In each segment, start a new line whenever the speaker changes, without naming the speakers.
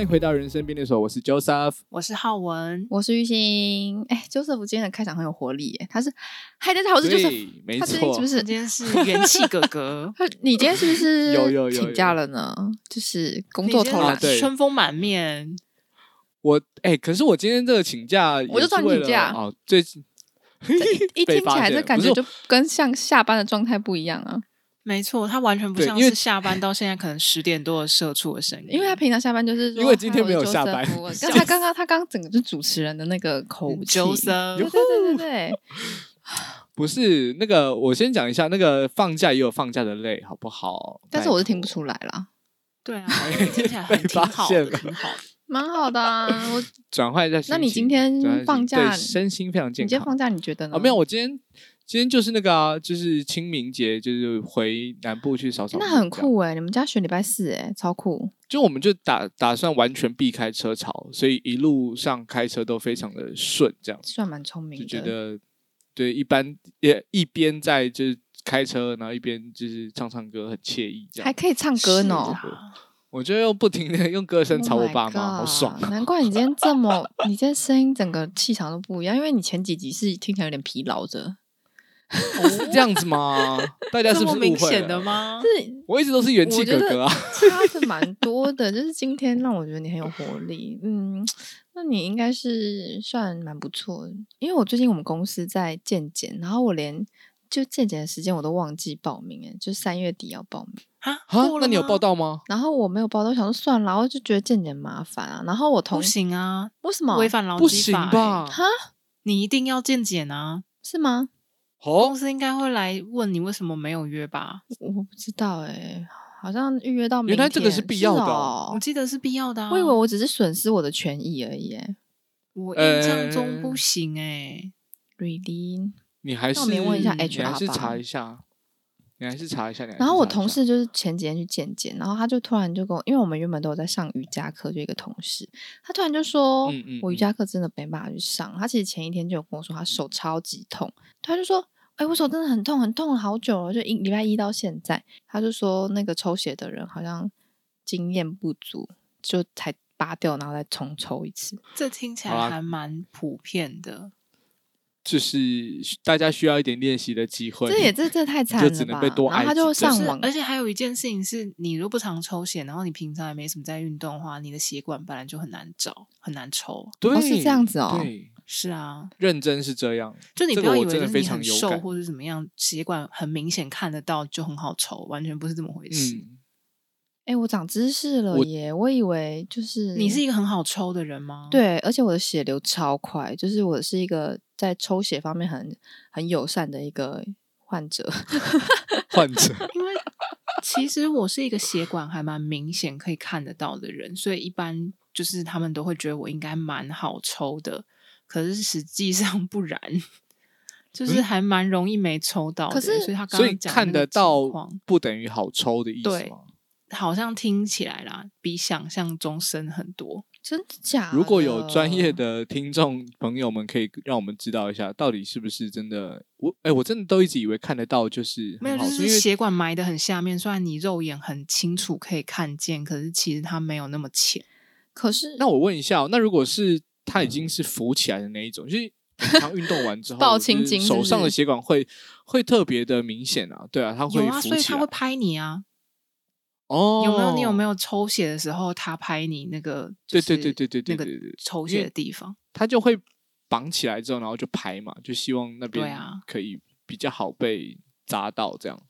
迎回到人生便利所，我是 Joseph。
我是浩文，
我是玉兴。哎、j o s e p h 今天的开场很有活力耶，他是嗨，大家好，哦我是 Joseph。
对，没
他最近
错
是不，是，
今？天是元 气哥哥
他你今天是不是
有有有
请假了呢？就是工
你
作
今
偷
天
懒
啊，对
春风满面，
我哎，可是我今天这个请假，
我就知道你请假
哦。最近
一
被
听起
发
来
现
这感
不是
觉就跟像下班的状态不一样啊，
没错，他完全不
对
像
因为
是下班到现在可能十点多的社畜的声音，
因为他平常下班就是说
因为今天没有
嗨我是
下班
Joseph，我跟他刚刚他刚刚整个就是主持人的那个口气，对
Joseph
对对对对，
不是那个，我先讲一下，那个放假也有放假的累，好不好？
但是我是听
拜
不
托。
出来啦，
对啊，听起来 很
被
挺
发
好
现
的，
了
挺好的。
蛮好的啊。我
转换一下心情，
那你今天
转换心情
放假
对身心非常
你
健
今天
康
放。假你觉得呢？
啊，没有，我今天今天就是那个啊，就是清明节，就是回南部去扫扫。
那很，酷哎、你们家选礼拜四哎、超酷！
就我们就打打算完全避开车潮，所以一路上开车都非常的顺，这样
算蛮聪明
就
的，
觉得对，一般也一边在就是开车，然后一边就是唱唱歌，很惬意这
还
样。
可以唱歌呢。
是啊啦
我就用不停的 用歌声
啊 Oh
吵我
my
爸妈，好
god，
爽啊！
难怪你今天这么， 你今天声音整个气场都不一样，因为你前几集是听起来有点疲劳着。
是这样子吗？大家是
这
不
么
是误
明
会
显的
了？
吗？
是
我一直都是元气
我觉
哥
得
哥啊！
差的蛮多的， 就是今天让我觉得你很有活力。嗯，那你应该是算蛮不错的，因为我最近我们公司在健检，然后我连就健检的时间我都忘记报名，哎，就三月底要报名。
啊
啊，
过
那
了
你有
吗
报？到吗？
然后我没有报，到，我想说算了，我就觉得健检麻烦啊。然后我同
不
事
行啊，
为什么
违反劳
不
基
行
法欸
吧？
哈
你一定要健检啊！
是吗？
哦
欸
公，司应该会来问你为什么没有约吧？
我不知道哎、好像预约到明
原来这个
天
是必要的哦
哦
我记得是必要的啊。
我以为我只是损失我的权益而已、欸。
我印象
呃
中不行哎，
Really？
你还是
那我们问一下
你还
HR
是
吧
查一下，你还是查一下。你还是啊
然后我
查一
同
下
事就是前几天去健检，然后他就突然就跟我，因为我们原本都有在上瑜伽课，就一个同事，他突然就说，
嗯嗯
我瑜
嗯
伽课真的没办法去上。他其实前一天就有跟我说他手超级痛，他就说，哎、我手真的很痛，很痛了好久了，就一礼拜一到现在。他就说那个抽血的人好像经验不足，就才拔掉，然后再重抽一次。
这听起
好啊
来还蛮普遍的。
就是大家需要一点练习的机会。
这也这这太惨
就
了
只能
吧！
被多
然后
爱
他
几
就
针
上
是
网，
而且还有一件事情是，你如果不常抽血，然后你平常也没什么在运动的话，你的血管本来就很难找，很难抽。
对、
是这样子哦
对，
是啊，
认真是这样。
就你
这
不
个
要
我
以为
真
就
的
是
非
你
常
很
有
瘦
感
或者怎么样，血管很明显看得到就很好抽，完全不是这么回事。
嗯，
哎、我长知识了
我
耶！我以为就是
你是一个很好抽的人吗？，
对，而且我的血流超快，就是我是一个在抽血方面很很友善的一个患者。
嗯患者
因为其实我是一个血管还蛮明显可以看得到的人，所以一般就是他们都会觉得我应该蛮好抽的，可是实际上不然，就是还蛮容易没抽到的。欸
可是
所以他
嗯
刚
所以
刚讲
看
那个
得到
情况
不等于好抽的意思
对
吗？
好像听起来啦，比想象中深很多。
真的假的？
如果有专业，的听众朋友们，可以让我们知道一下，到底是不是真的？我哎、我真的都一直以为看得到，就是
没有，
很好
就
抽
是
因为
血管埋得很下面，虽然你肉眼很清楚可以看见，可是其实它没有那么浅。
可是
那我问一下哦、那如果是他已经是浮起来的那一种，就是平常运动完之后，
爆
就是
青筋是
手
不
上的
是
血管会会特别的明显啊，对啊，它会
有啊，
浮
所以
起
他
来。
会拍你啊。
哦，
有没有？你有没
有？
有抽血的时候，他拍你那个？
对对
就是
对对对对
那
对
个
对
抽
因
血
为
的地方。
它就会绑起来之后，然后就排嘛，就希望那
对
边
啊
可以比较好被扎到这样。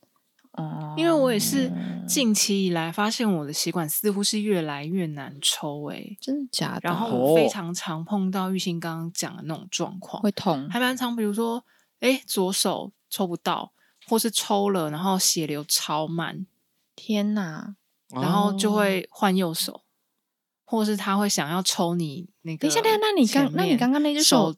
哦
因为我也是
嗯
近期以来发现我的血管似乎是越来越难抽诶、
真的假的，
然后
哦
我非常常碰到玉兴刚刚讲的那种状况，
会痛，
还蛮常，比如说，诶，左手抽不到，或是抽了然后血流超慢，
天哪！
然后就
哦
会换右手，或是他会想要抽你那个
等一下，
前
等一
面。
下，那你刚那你刚刚那只
手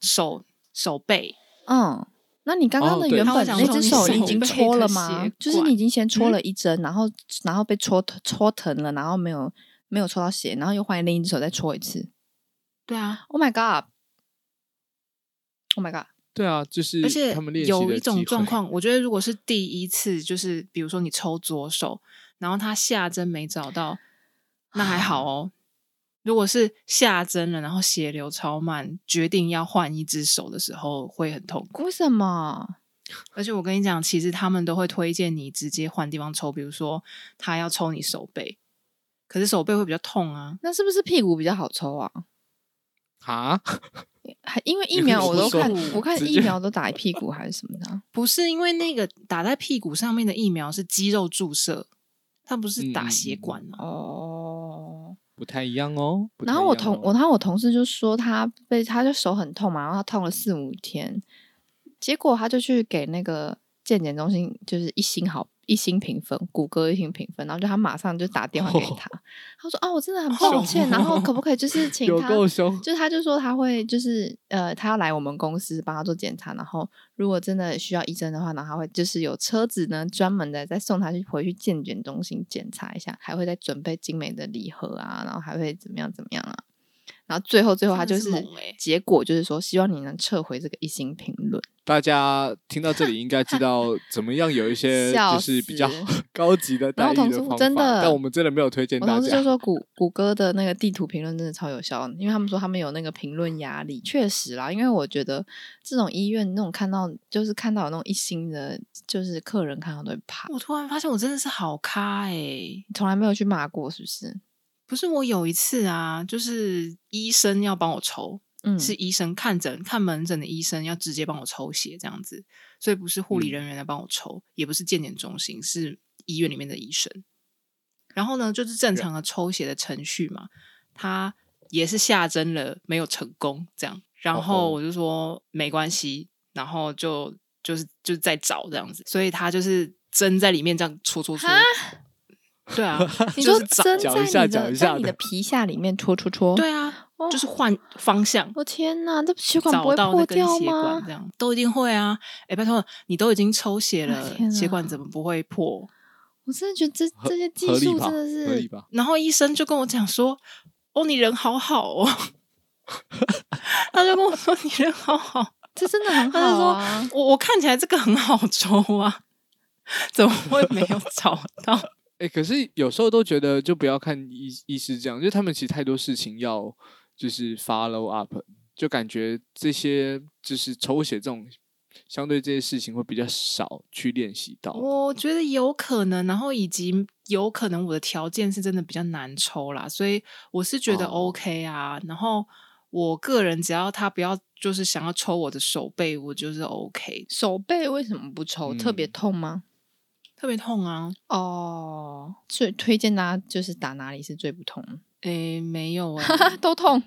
手
手，
手背，
嗯，那你刚
哦
刚的
对
原
他会
本
想
那
说
只
你
手
手
你已经
背
戳
的
了
血
吗？就是
管
你已经先戳了一针，然后然后被戳疼戳疼了，然后没有没有戳到血，然后又换另一只手再戳一次。
对啊，
Oh my god！Oh my god！
对啊，就是
而且
他们练习
有
的
一种
机
状
会，
况，我觉得如果是第一次，就是比如说你
啊
抽左手，然后他下针没找到，那还好哦，如果是下针了，然后血流超慢，决定要换一只手的时候会很痛苦。
为什么？
而且我跟你讲，其实他们都会推荐你直接换地方抽，比如说他要抽你手背，可是手背会比较痛啊。
那是不是屁股比较好抽啊？
啊，
还因为疫苗我都看
你是，说
我看
直接
疫苗都打一屁股还是什么的啊、
不是因为那个打在屁股上面的疫苗是肌肉注射，它不是
嗯
打血管哦、
哦。
不太一样哦。不太
然后我
一样
同
哦
我，然后我同事就说他被他就手很痛嘛，然后他痛了四五天，结果他就去给那个健检中心就是一星好一星评分，谷歌一星评分，然后就他马上就打电话给 他，他说哦我真的很抱歉，然后可不可以就是请
哦有
他
够凶，
就是他就说他会就是呃，他要来我们公司帮他做检查，然后如果真的需要医生的话，然后他会就是有车子呢，专门的再送他去回去健检中心检查一下，还会再准备精美的礼盒啊，然后还会怎么样怎么样啊，然后最后最后他
真
就
的是
是
猛欸
结果就是说，希望你能撤回这个一星评论。
大家听到这里应该知道怎么样有一些
笑
就是比较
死
高级的待遇
然后同
的
事
方法，
真的
但我们真的没有推荐
我
大
同事就
家。
说谷谷歌的那个地图评论真的超有效的，因为他们说他们有那个评论压力，确实啦。因为我觉得这种医院那种看到就是看到有那种一星的，就是客人看到都会怕。
我突然发现我真的是好咖哎、
你从来没有去骂过，是不是？
不是我有一次啊，就是医生要帮我抽，
嗯，
是医生看诊看门诊的医生要直接帮我抽血这样子，所以不是护理
嗯
人员来帮我抽，也不是健检中心，是医院里面的医生。然后呢，就是正常的抽血的程序嘛，他也是下针了，没有成功这样。然
哦吼
后我就说没关系，然后就就是就是再找这样子，所以他就是针在里面这样戳戳戳
哈。
对啊，
你
就
说
是找
针
讲
在
一
你
下
的
讲一
在
下
你的
的
皮下里面戳戳戳。
对，啊，
哦
就是换方向。
我天哪，这血管不
找
会
到那
破
根
掉
血管，
吗
这？样都一定会啊！哎，拜托，你都已经抽血
哎
了，
天
血
哪
管怎么不会破？
我真的觉得这
合
这些技
合理
术
吧
真的
合理
是，
吧？
然后医生就跟我讲说：“哦，你人好好哦。” 他就跟我说：“你人好好。
这真的很好
他就说
啊。
我”我看起来这个很好抽啊，怎么会没有 找到？
哎、可是有时候都觉得就不要看医医师这样，就是他们其实太多事情要就是 follow up，就感觉这些就是抽血这种相对这些事情会比较少去练习到。
我觉得有可能，然后以及有可能我的条件是真的比较难抽啦，所以我是觉得
哦
OK 啊。然后我个人只要他不要就是想要抽我的手背，我就是 OK。
手背为什么不抽？特别
嗯
痛吗？
特别痛啊？
哦，最推荐大家就是打哪里是最不痛的？
诶，没有 诶、
都痛，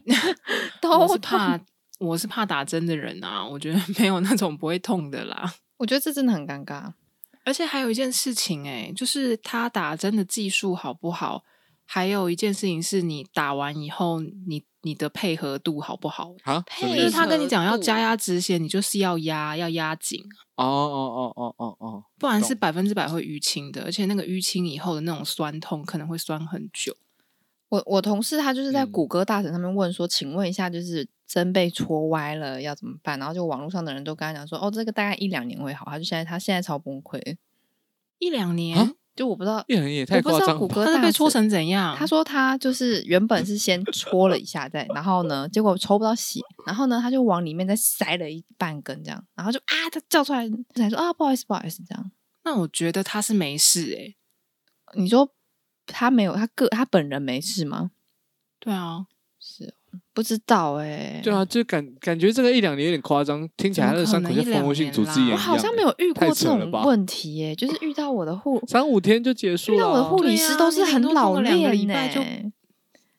都
我
痛
是。怕我是怕打针的人啊，我觉得没有那种不会痛的啦。
我觉得这真的很尴尬。
而且还有一件事情、欸，就是他打针的技术好不好？还有一件事情是你打完以后，你你的配合度好不好？
啊，什么
配
就
意
是
思
他跟你讲
合
要
度
加压止血，你就是要压，要压紧，
哦哦哦哦哦哦，
不然是
懂
百分之百会淤青的，而且那个淤青以后的那种酸痛可能会酸很久。
我我同事他就是在
嗯
谷歌大神上面问说，请问一下，就是针被戳歪了要怎么办？然后就网络上的人都跟他讲说，哦，这个大概一两年会好。他就现在他现在超崩溃，
一两
啊
年，
就我不知道，
叶恒也
我
太
不知
夸
道
张
谷
了吧。
歌
他
大
是被戳
神
成怎样？
他说他就是原本是先戳了一下再，然后呢，结果抽不到血，然后呢，他就往里面再塞了一半根这样，然后就啊，他叫出来才说啊，不好意思，不好意思，这样。
那我觉得他是没事哎、
你说他没有他个他本人没事吗？
对啊，
是哦不知道哎、
对啊，就感感觉这个一两年有点夸张，听起来
怎
他的
么可
伤口
能
像
一
蜂
两
窝性
年
组织炎
啦
一
我
样。
好像没有遇
太
过
扯
这
欸
了
种
吧
问题耶、就是遇到我 的护
三五天就结束
遇
了
到我的
啊。
护理
对啊
师都是
你顶
很
多
老
做个两个
练
礼
呢、
拜就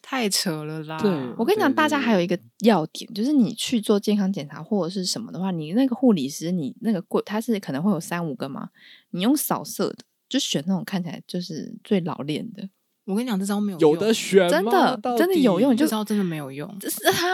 太扯了啦！
对
我跟你讲，
对
大家
对
还有一个要点，就是你去做健康检查或者是什么的话，你那个护理师，你那个柜它是可能会有三五个嘛，你用扫射的，就选那种看起来就是最老练的，
我跟你讲，这招没有
有
用
的选
真
吗
的
到
真的有
底
用你
这
就
招真的没有用。
这是哈，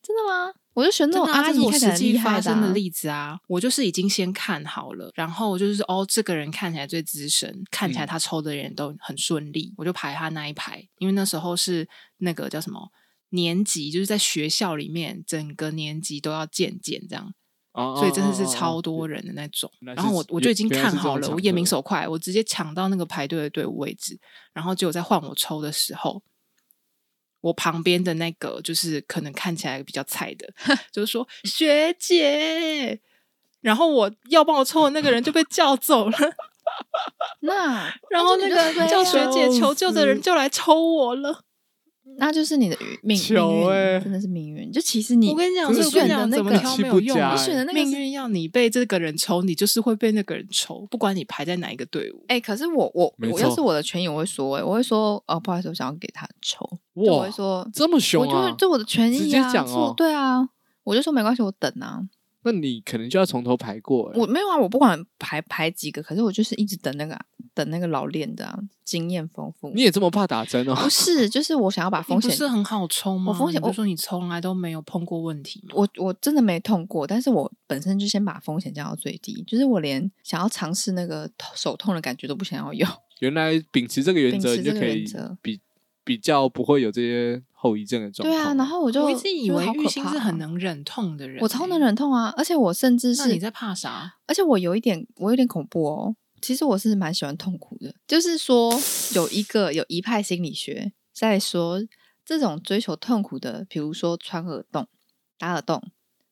真的吗？我就选那
真
种
的啊
阿
这是
姨
我
看起来
实
很
际
厉害
发
的
生
啊、
的例子啊，我就是已经先看好了，然后我就是哦，这个人看起来最资深，看起
嗯
来他抽的人都很顺利，我就排他那一排，因为那时候是那个叫什么年级，就是在学校里面整个年级都要健检这样，
啊
所以真的是
啊啊啊
超多人的那种。
那
然后
是
我我就
原
已经
原来
看
是这
好
种
了，
场
我眼明
合
手快，我直接抢到那个排队的队伍位置，然后结果在换我抽的时候，我旁边的那个就是可能看起来比较菜 的，就是说学姐，然后我要帮我抽的那个 人就被叫走了，
那
然后那
那就
个
是
叫学姐求救的人就来抽我了。
那就是你的运命
糗
命运
欸
真的是命运。就其实你，
我跟你讲，
真
这
的
我
是
跟你讲，
你选的
怎么
那个
挑没有用
气不佳
啊，
哎
你选的那个
命
是
运要你被这个人抽，你就是会被那个人抽，不管你排在哪一个队伍。
哎、可是我我
没
我要
错
是我的权益，我会说、欸，我会说，哦，不好意思，我想要给他抽，就我
哇
会，说，
这么
我
凶
就会
啊！
这我的权益啊，
直接讲
是我
哦
对啊，我就说没关系，我等啊，
那你可能就要从头排过、欸。
我没有啊，我不管排排几个，可是我就是一直等那个啊等那个老练的、啊，经验丰富。
你也这么怕打针哦？
不是，就是我想要把
你
风
不
险，
是很好抽吗？
我风
你
险
不
我
是说你从来都没有碰过问题吗？
我我真的没痛过，但是我本身就先把风险降到最低，就是我连想要尝试那个头手痛的感觉都不想要有。
原来秉持这个原则，
秉
你就
持这个
可以
原则
比比较不会有这些后遗症的状
对
况。
啊，然后我就
我一直以
觉得
为
好
玉
可
兴
怕
是
啊
很能忍痛的人、欸
我超能。忍痛啊，而且我甚至
那你
是
在怕啥？
而且我有一点，我有点恐怖哦。其实我是蛮喜欢痛苦的，就是说有一个有一派心理学在说，这种追求痛苦的，比如说穿耳洞、打耳洞，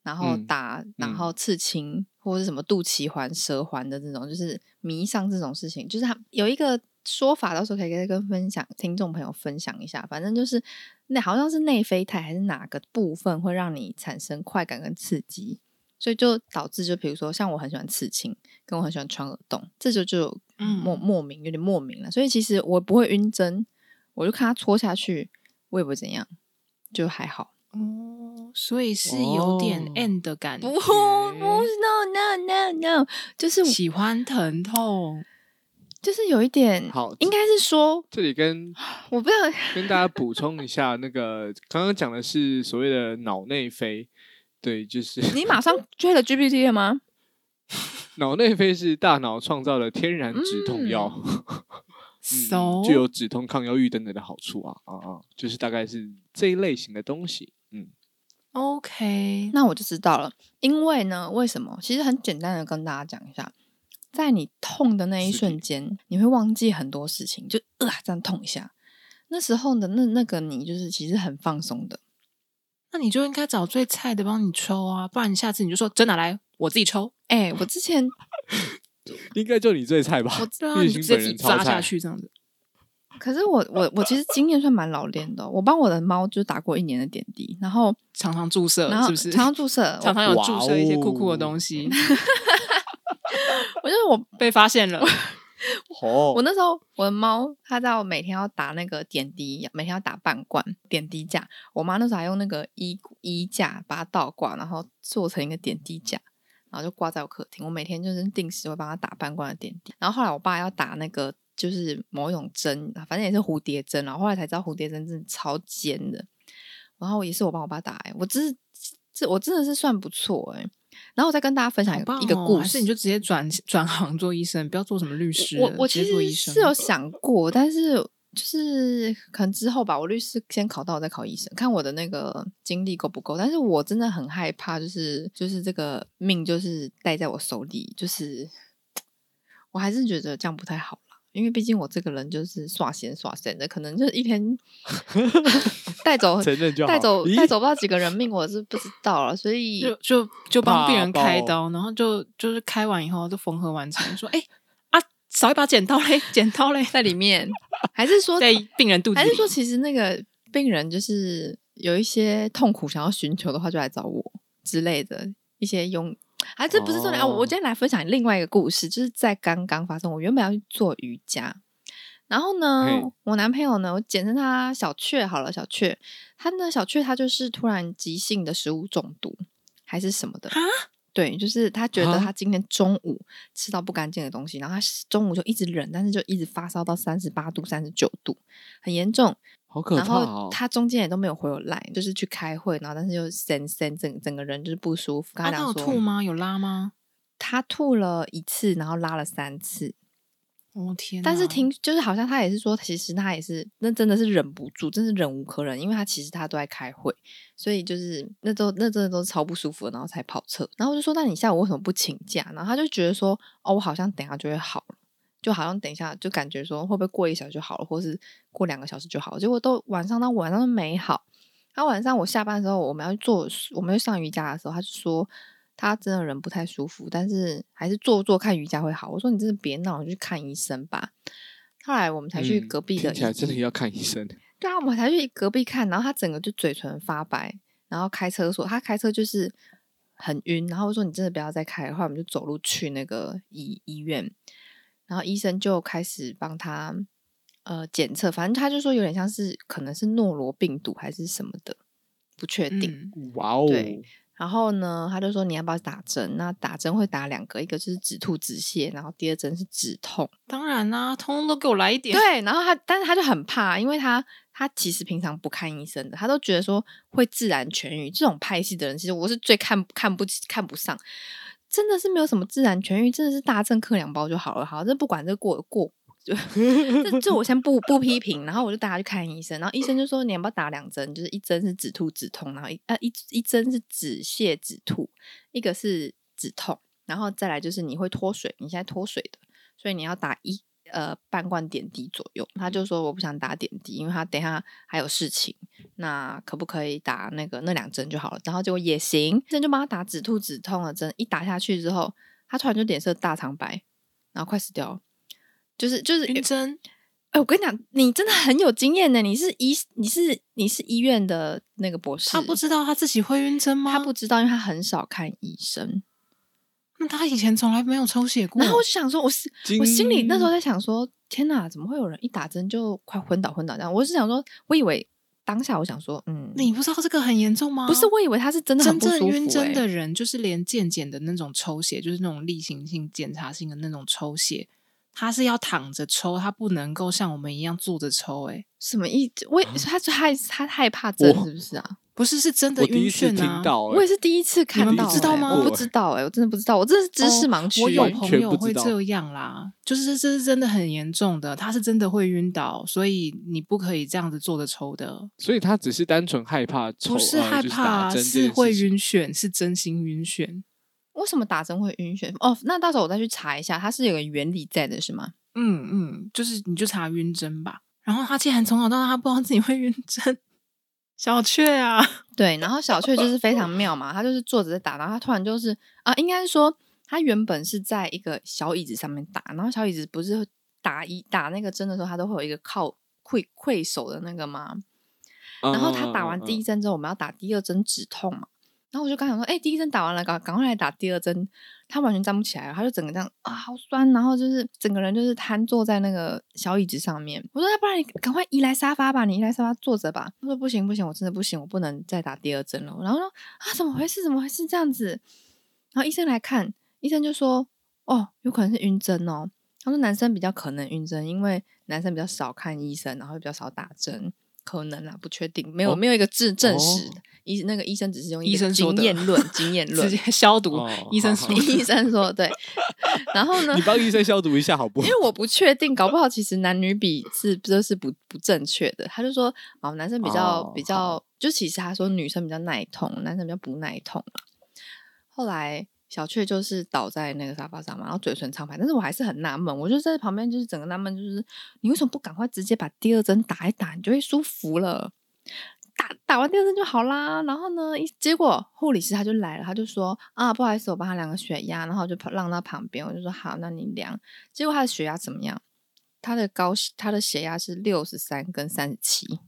然后
嗯
打，然
嗯
后刺青、或者什么肚脐环、蛇环的这种，就是迷上这种事情，就是他有一个说法，到时候可以跟跟分享听众朋友分享一下。反正就是那好像是内啡肽还是哪个部分会让你产生快感跟刺激，所以就导致就比如说像我很喜欢刺青，跟我很喜欢穿耳洞，这就就
嗯
莫莫名有点莫名了。所以其实我不会晕针，我就看它戳下去，我也不会怎样，就还好。
哦，所以是有点
哦
end 的感觉，
不不是 no no no no，就是
喜欢疼
嗯
痛。
就是有一点
好
应该是说
这里跟
我不知道，
跟大家补充一下，那个刚刚讲的是所谓的脑内啡，对，就是
你马上追了 GPT 了吗？
脑内啡是大脑创造的天然止痛药，
嗯
嗯
So，、
具有止痛、抗忧郁等等的好处啊啊啊！就是大概是这一类型的东西，嗯，
OK，
那我就知道了，因为呢，为什么？其实很简单的跟大家讲一下，在你痛的那
是
一
的
瞬间，你会忘记很多事情，就啊、呃、这样痛一下。那时候的那那个你就是其实很放松的，
那你就应该找最菜的帮你抽啊，不然你下次你就说真拿来，我自己抽。
哎、我之前
应该就你最菜吧？
我知道
玉
啊你
兴
直接
本
自己
人超
扎下
菜
去这样子。
可是我我我其实经验算蛮老练的哦、我帮我的猫就打过一年的点滴，然后
常常注射
然后
是不是？
常常注射，我
常常有
哇
注射一些酷酷的
哦
东西，
我就是我
被发现 了。
哦，
我那时候我的猫，它到每天要打那个点滴，每天要打半罐点滴架。我妈那时候还用那个衣衣架把它倒挂，然后做成一个点滴架，然后就挂在我客厅。我每天就是定时会帮它打半罐的点滴。然后后来我爸要打那个就是某一种针，反正也是蝴蝶针。啊然后后来才知道蝴蝶针真的超尖的。然后也是我帮我爸打、欸，我真是这我真的是算不错哎、然后我再跟大家分享一
好
个、
棒
一个
哦
故
还是
事，
你就直接转转行做医生，不要做什么律师了。
我我
直
其
接做
实
医生
是有想过，但是就是可能之后吧，我律师先考到，我再考医生，看我的那个精力够不够。但是我真的很害怕，就是就是这个命就是戴在我手里，就是我还是觉得这样不太好啦。因为毕竟我这个人就是耍闲耍闲的，可能就是一 天带走
承认就好
带走
咦
带走不到几个人命，我是不知道了。所以
就就就帮病人
怕爆
开刀，然后就就是开完以后就缝合完成，说哎、啊少一把剪刀嘞，剪刀嘞，
在里面，还是说
在病人肚子
还
里
是说，其实那个病人就是有一些痛苦想要寻求的话，就来找我之类的一些用。啊，这不是重点、啊！我
哦
我今天来分享另外一个故事，就是在刚刚发生。我原本要去做瑜伽，然后呢
嘿，
我男朋友呢，我简称他小雀好了，小雀，他呢，小雀他就是突然急性的食物中毒还是什么的，
哈
对，就是他觉得
啊
他今天中午吃到不干净的东西，然后他中午就一直忍，但是就一直发烧到三十八度、三十九度，很严重。
好可
然
怕
后
哦！
他中间也都没有回我来，就是去开会，然后但是又神神整整个人就是不舒服。跟
啊
他
他
讲
有
说，
吐吗？有拉吗？
他吐了一次，然后拉了三次，
我、哦天哪！
但是听就是好像他也是说，其实他也是那真的是忍不住，真是忍无可忍，因为他其实他都在开会，所以就是那都那真的都是超不舒服的，然后才跑车。然后我就说，那你下午为什么不请假？然后他就觉得说，哦，我好像等一下就会好了，就好像等一下就感觉说会不会过一小时就好了，或是过两个小时就好了，结果都晚上到晚上都没好。然后晚上我下班的时候，我们要做，我们要上瑜伽的时候，他就说他真的人不太舒服，但是还是做做看瑜伽会好。我说你真的别闹，你去看医生吧。后来我们才去
嗯
隔壁的
听
医，
起来真的要看医生。
对啊，我们才去隔壁看，然后他整个就嘴唇发白，然后开车说他开车就是很晕，然后我说你真的不要再开了，后来我们就走路去那个医医院，然后医生就开始帮他呃检测，反正他就说有点像是可能是诺罗病毒还是什么的，不确定。
嗯
哇哦，
对然后呢，他就说你要不要打针？那打针会打两个，一个就是止吐止泻，然后第二针是止痛。
当然啦、通通都给我来一点。
对，然后他，但是他就很怕，因为他他其实平常不看医生的，他都觉得说会自然痊愈。这种派系的人，其实我是最看看不起、看不上，真的是没有什么自然痊愈，真的是大政克两包就好了。好，这不管这过过。就这这我先不不批评，然后我就带他去看医生，然后医生就说你要不要打两针，就是一针是止吐止痛，然后一呃一一针是止泻止吐，一个是止痛，然后再来就是你会脱水，你现在脱水的，所以你要打一呃半罐点滴左右。他就说我不想打点滴，因为他等一下还有事情，那可不可以打那个那两针就好了？然后结果也行，医生就帮他打止吐止痛的针，一打下去之后，他突然就脸色大苍白，然后快死掉了，就是就是
晕针
哎、我跟你讲，你真的很有经验呢。你是医，你是你是医院的那个博士，
他不知道他自己会晕针吗？
他不，知道，因为他很少看医生。
那他以前从来没有抽血过。
然后我就想说，我是我
惊
心里那时
嗯
候在想说，天哪，怎么会有人一打针就快昏倒昏倒这样？我是想说，我以为当下我想说，嗯，
你不知道这个很严重吗？
不是，我以为他是真的很
真
不舒服、
正晕针
哎
的人，就是连健检的那种抽血，就是那种例行性检查性的那种抽血，他是要躺着抽，他不能够像我们一样坐着抽、欸。哎，
什么意？我也
啊
他他害他害怕针
我
是不是啊？
不是，是真的
我第
晕
一次
眩啊！
听到、欸，
我也是第一次看
们
到、
不
知道
哎
吗
我不知道哎、我真的不知道，我真的是知识
哦
盲区、
我有
哎
完
朋
全
友
不知
会
道
这样啦，就是这是真的很严重的，他是真的会晕倒，所以你不可以这样子坐着抽的。
所以他只是单纯害怕抽，
不是
呃
害
就是
怕，
打针这件
是会
事情
晕眩，是真心晕眩。
为什么打针会晕眩？哦，那到时候我再去查一下，它是有个原理在的，是吗？
嗯嗯，就是你就查晕针吧。然后他竟然从小到大他不知道自己会晕针，小雀啊，
对，然后小雀就是非常妙嘛，他就是坐着在打，然后他突然就是啊、应该是说他原本是在一个小椅子上面打，然后小椅子不是打一打那个针的时候，它都会有一个靠溃溃手的那个吗？
嗯
然后
嗯
他
嗯
打完
嗯
第一
嗯
针之后，我们要打第二针止痛嘛。然后我就刚想说，哎、第一针打完了，赶赶快来打第二针。他完全站不起来了，他就整个这样啊，好酸，然后就是整个人就是瘫坐在那个小椅子上面。我说，要不然你赶快移来沙发吧，你移来沙发坐着吧。他说不行不行，我真的不行，我不能再打第二针了。然后说啊，怎么回事？怎么回事？这样子。然后医生来看，医生就说，哦，有可能是晕针哦。他说男生比较可能晕针，因为男生比较少看医生，然后也比较少打针，可能啦，不确定，没有、
哦
没有一个证证实
哦。
医、那个医生只是用一
医
个
生说
经
的
验论， 经验论
直接，消毒。
哦
医生
好
说
好
医生说对。然后呢
你，帮医生消毒一下好不
因
好？
为我不确定，搞不好其实男女比是这是不不正确的。他就说，哦，男生比较、
哦
比较，就其实他说女生比较耐痛，男生比较不耐痛啦后来小雀就是倒在那个沙发上嘛，然后嘴唇苍白，但是我还是很纳闷，我就在旁边就是整个纳闷，就是你为什么不赶快直接把第二针打一打，你就会舒服了？打打完第二针就好啦。然后呢，一结果护理师他就来了，他就说啊，不好意思，我帮他量个血压，然后我就跑让到旁边，我就说好，那你量。结果他的血压怎么样？他的高血他的血压是六十三跟三十七，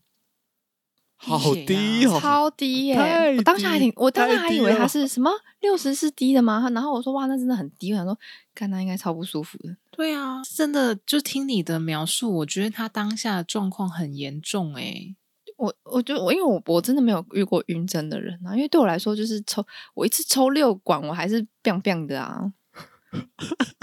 好低哦，
啊超低耶、
太
我当时还挺
低，
我当时
太
还
低
以为他
了
是什么六十是低的吗？然后我说哇，那真的很低。我想说，看他应该超不舒服的。
对啊， 真的就听你的描述，我觉得他当下的状况很严重哎、
我我就我因为我我真的没有遇过晕针的人啊，因为对我来说就是抽我一次抽六管，我还是 biang biang 的啊。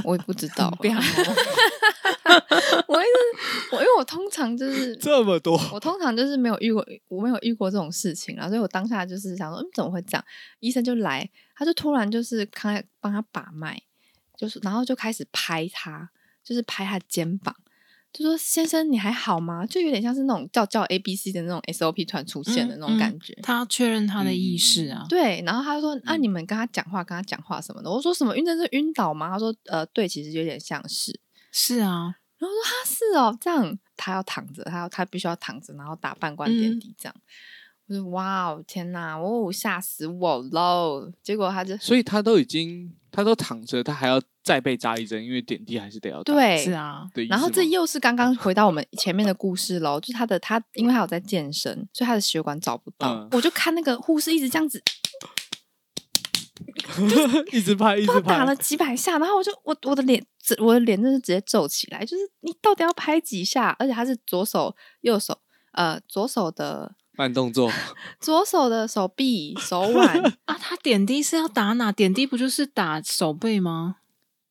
我也不知道啊，
不要哦
我一直我因为我通 常就是
这么多，
我通常就是没有遇过，我没有遇过这种事情啦，所以我当下就是想说，嗯，怎么会这样？医生就来，他就突然就是开帮他把脉，就是然后就开始拍他，就是拍他肩膀，就说先生你还好吗？就有点像是那种叫叫 A B C 的那种 SOP 突然出现的那种感觉。
他要确认他的意识
嗯嗯
啊，
对，然后他就说：“啊，
嗯
你们跟他讲话，跟他讲话什么的。”我说：“什么晕针是晕倒吗？”他说：“呃，对，其实有点像是。”
是啊，
然后我说啊是哦，这样他要躺着，他要他必须要躺着，然后打半罐点
嗯
滴这样。我说哇哦天哪，哦吓死我喽！结果他就
所以他都已经他都躺着，他还要再被扎一针，因为点滴还是得要打
对
是啊，
的意思吗。
然后这又是刚刚回到我们前面的故事喽，就是他的他，因为他有在健身，所以他的血管找不到。
嗯
我就看那个护士一直这样子，
一直拍，一
不知道
直
打
拍
了，几百下，然后我就我我的脸，我的脸真是直接皱起来，就是你到底要拍几下？而且他是左手右手，呃，左手的
慢动作，
左手的手臂手腕
啊，他点滴是要打哪？点滴不就是打手背吗？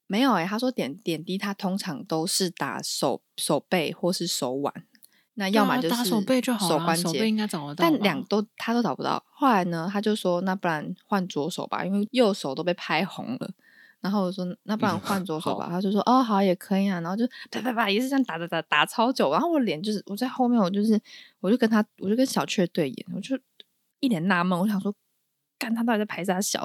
没有哎、他说点点滴他通常都是打手手背或是手腕，那要
对
么
啊
就是
打手背就好
手
啦
关
手
节
背应该找得到
但
吧
两都他都找不到。后来呢，他就说那不然换左手吧，因为右手都被拍红了。然后我说那不然
嗯
换左手吧，
好
他就说哦好也可以啊，然后就啪啪啪也是这样打打打打超久，然后我脸就是我在后面我就是我就跟他我就跟小雀对眼，我就一脸纳闷，我想说干他到底在拍啥小，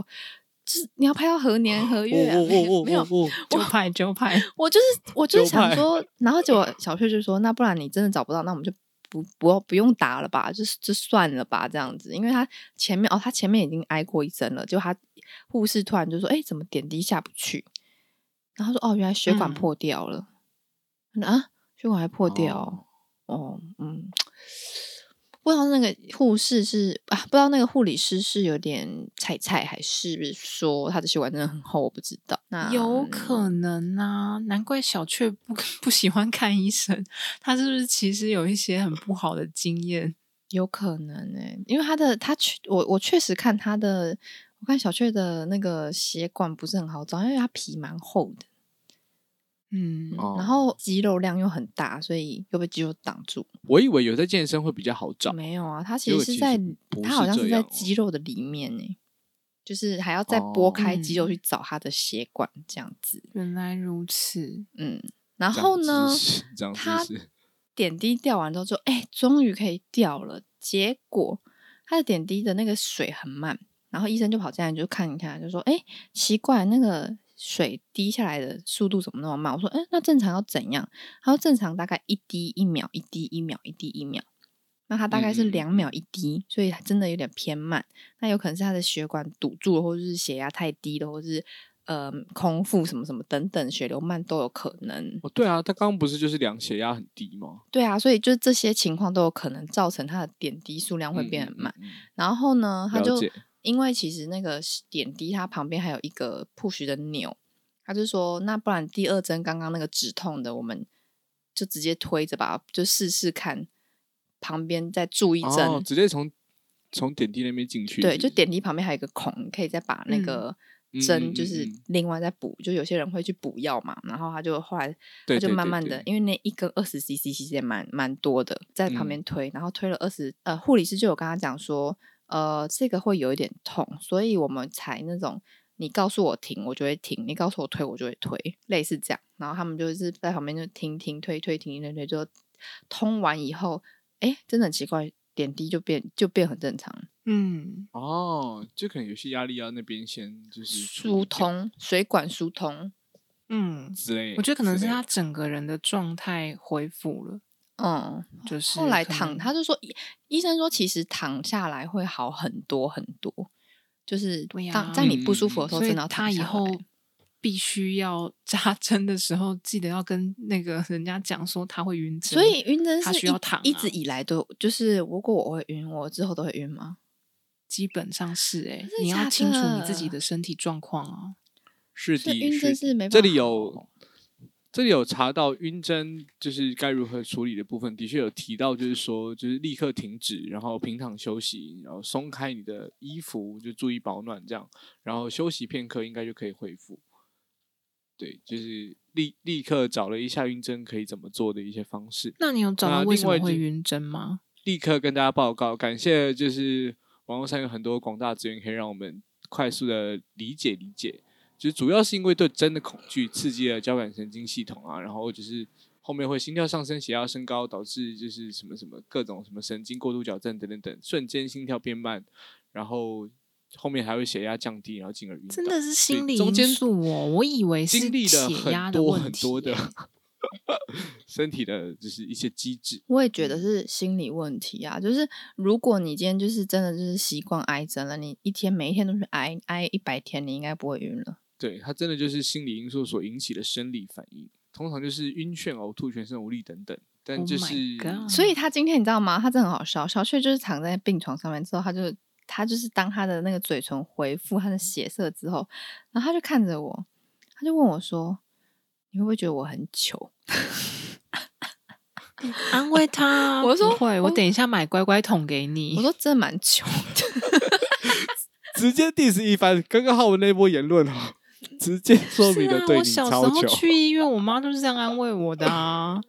就是你要拍到何年何月
哦
啊？ 没有没有，
我
就派就派，
我就是我就是
流
想
派
说，然后结果小雀就说：“那不然你真的找不到，那我们就不不不用打了吧，就是就算了吧，这样子。”因为他前面哦，他前面已经挨过一针了，就他护士突然就说：“哎，怎么点滴下不去？”然后他说：“哦，原来血管
嗯
破掉了。啊，血管还破掉哦
哦
嗯。不知道那个护士是啊，不知道那个护理师是有点菜菜，还是说他的血管真的很厚，我不知道。那
有可能啊，难怪小雀不 不喜欢看医生，他是不是其实有一些很不好的经验？
有可能哎、因为他的他确我我确实看他的，我看小雀的那个血管不是很好找，因为他皮蛮厚的，
嗯，
哦
然后肌肉量又很大，所以又被肌肉挡住。
我以为有在健身会比较好找，
没有啊，他
结
其
果
实是
其
在
实不
他
是
好像
这
是在
样哦
肌肉的里面呢、就是还要再拨
哦
开肌肉
嗯
去找他的血管这样子。
原来如此，
嗯，然
长
后 呢
知识，长
他
知识
点滴掉完之后就哎，终于可以掉了。结果他的点滴的那个水很慢，然后医生就跑进来就看一看，就说：“哎，奇怪，那个水滴下来的速度怎么那么慢？”我说：“哎，那正常要怎样？”他说：“正常大概一滴一秒，一滴一秒，一滴一秒。”那他大概是
嗯嗯嗯
两秒一滴，所以他真的有点偏慢。那有可能是他的血管堵住了，或者是血压太低了，或者是呃空腹什么什么等等，血流慢都有可能。
哦，对啊，他刚刚不是就是量血压很低吗？
对啊，所以就是这些情况都有可能造成他的点滴数量会变很慢。
嗯，嗯嗯
然后呢，他
了
就
解
因为其实那个点滴它旁边还有一个 push 的钮，他就说那不然第二针刚刚那个止痛的，我们就直接推着吧，就试试看。旁边再注一
嗯
针，
哦，直接从从点滴那边进去，
对，
是不
就是点滴旁边还有一个孔，你可以再把那
嗯
个
嗯嗯
针
嗯
就是
嗯
另外再补。就有些人会去补药嘛，然后他就后来
对
他就
对
慢
对
慢
对
的，因为那一根二十 CC 其实也蛮蛮多的，在
嗯
旁边推，然后推了二十，呃，护理师就有跟他讲说，呃，这个会有一点痛，所以我们才那种。你告诉我停，我就会停；你告诉我推，我就会推，类似这样。然后他们就是在旁边就停停推推停停推推，就通完以后，哎，真的很奇怪，点滴就变就变很正常了。
嗯，
哦，就可能有些压力要那边先就是处
疏
理掉
通，水管疏通，
嗯，
之类，
我觉得可能
之
是
类
他整个人的状态恢复了，
嗯，
就是
后来
可
躺，
能
他就说医医生说，其实躺下来会好很多很多，就是
对呀
当在你不舒服的时候，
所以
真的要躺
他以
下来
后必须要 扎针的时候，记得要跟那个人家讲说他会晕针。
所以晕针
他
是
需
一
要躺
一
啊
直以来都就是，如果我会晕，我之后都会晕吗？
基本上是哎、
真的
你
假
要清楚你自己
的
的身体状况啊。
是
所
的，
以晕针
的
是没办法
这里有这里有查到晕针就是该如何处理的部分，的确有提到，就是说就是立刻停止，然后平躺休息，然后松开你的衣服，就注意保暖这样，然后休息片刻应该就可以恢复。对，就是立立刻找了一下晕针可以怎么做的一些方式。
那你有找
那
到为
另
什么
外就
会晕针吗？
立刻跟大家报告，感谢就是网络上有很多广大资源可以让我们快速的理解理解。就是主要是因为对针的恐惧刺激了交感神经系统啊，然后就是后面会心跳上升、血压升高，导致就是什么什么各种什么神经过度矫正等等等，瞬间心跳变慢，然后后面还会血压降低，然后进而晕倒。
真的是
所以
心理
中
因哦
间
素哦，我以为是
经历了
血压
很
的
多
问
很
题
多的
耶，
身体的就是一些机制。
我也
嗯
觉得是心理问题啊，就是如果你今天就是真的就是习惯挨针了，你一天每一天都去挨挨一百天，你应该不会晕了。
对，它真的就是心理因素所引起的生理反应，通常就是晕眩、呕吐、全身无力等等。但
Oh
就
my
是、
God
所
嗯
以他今天你知道吗？他真的很好笑，小雀就是躺在病床上面之后，他就他就是当他的那个嘴唇恢复他的血色之后，然后他就看着我，他就问我说：“你会不会觉得我很糗
安慰他。啊
我说
不会，
我
我等一下买乖乖桶给？”你。
我说：“真的 蛮糗的。
直接 diss 一番，刚刚浩文那波言论哦，直接说
是
明了
啊，
对
我
你
小
超
时候
糗。
去医院，我妈就是这样安慰我的啊。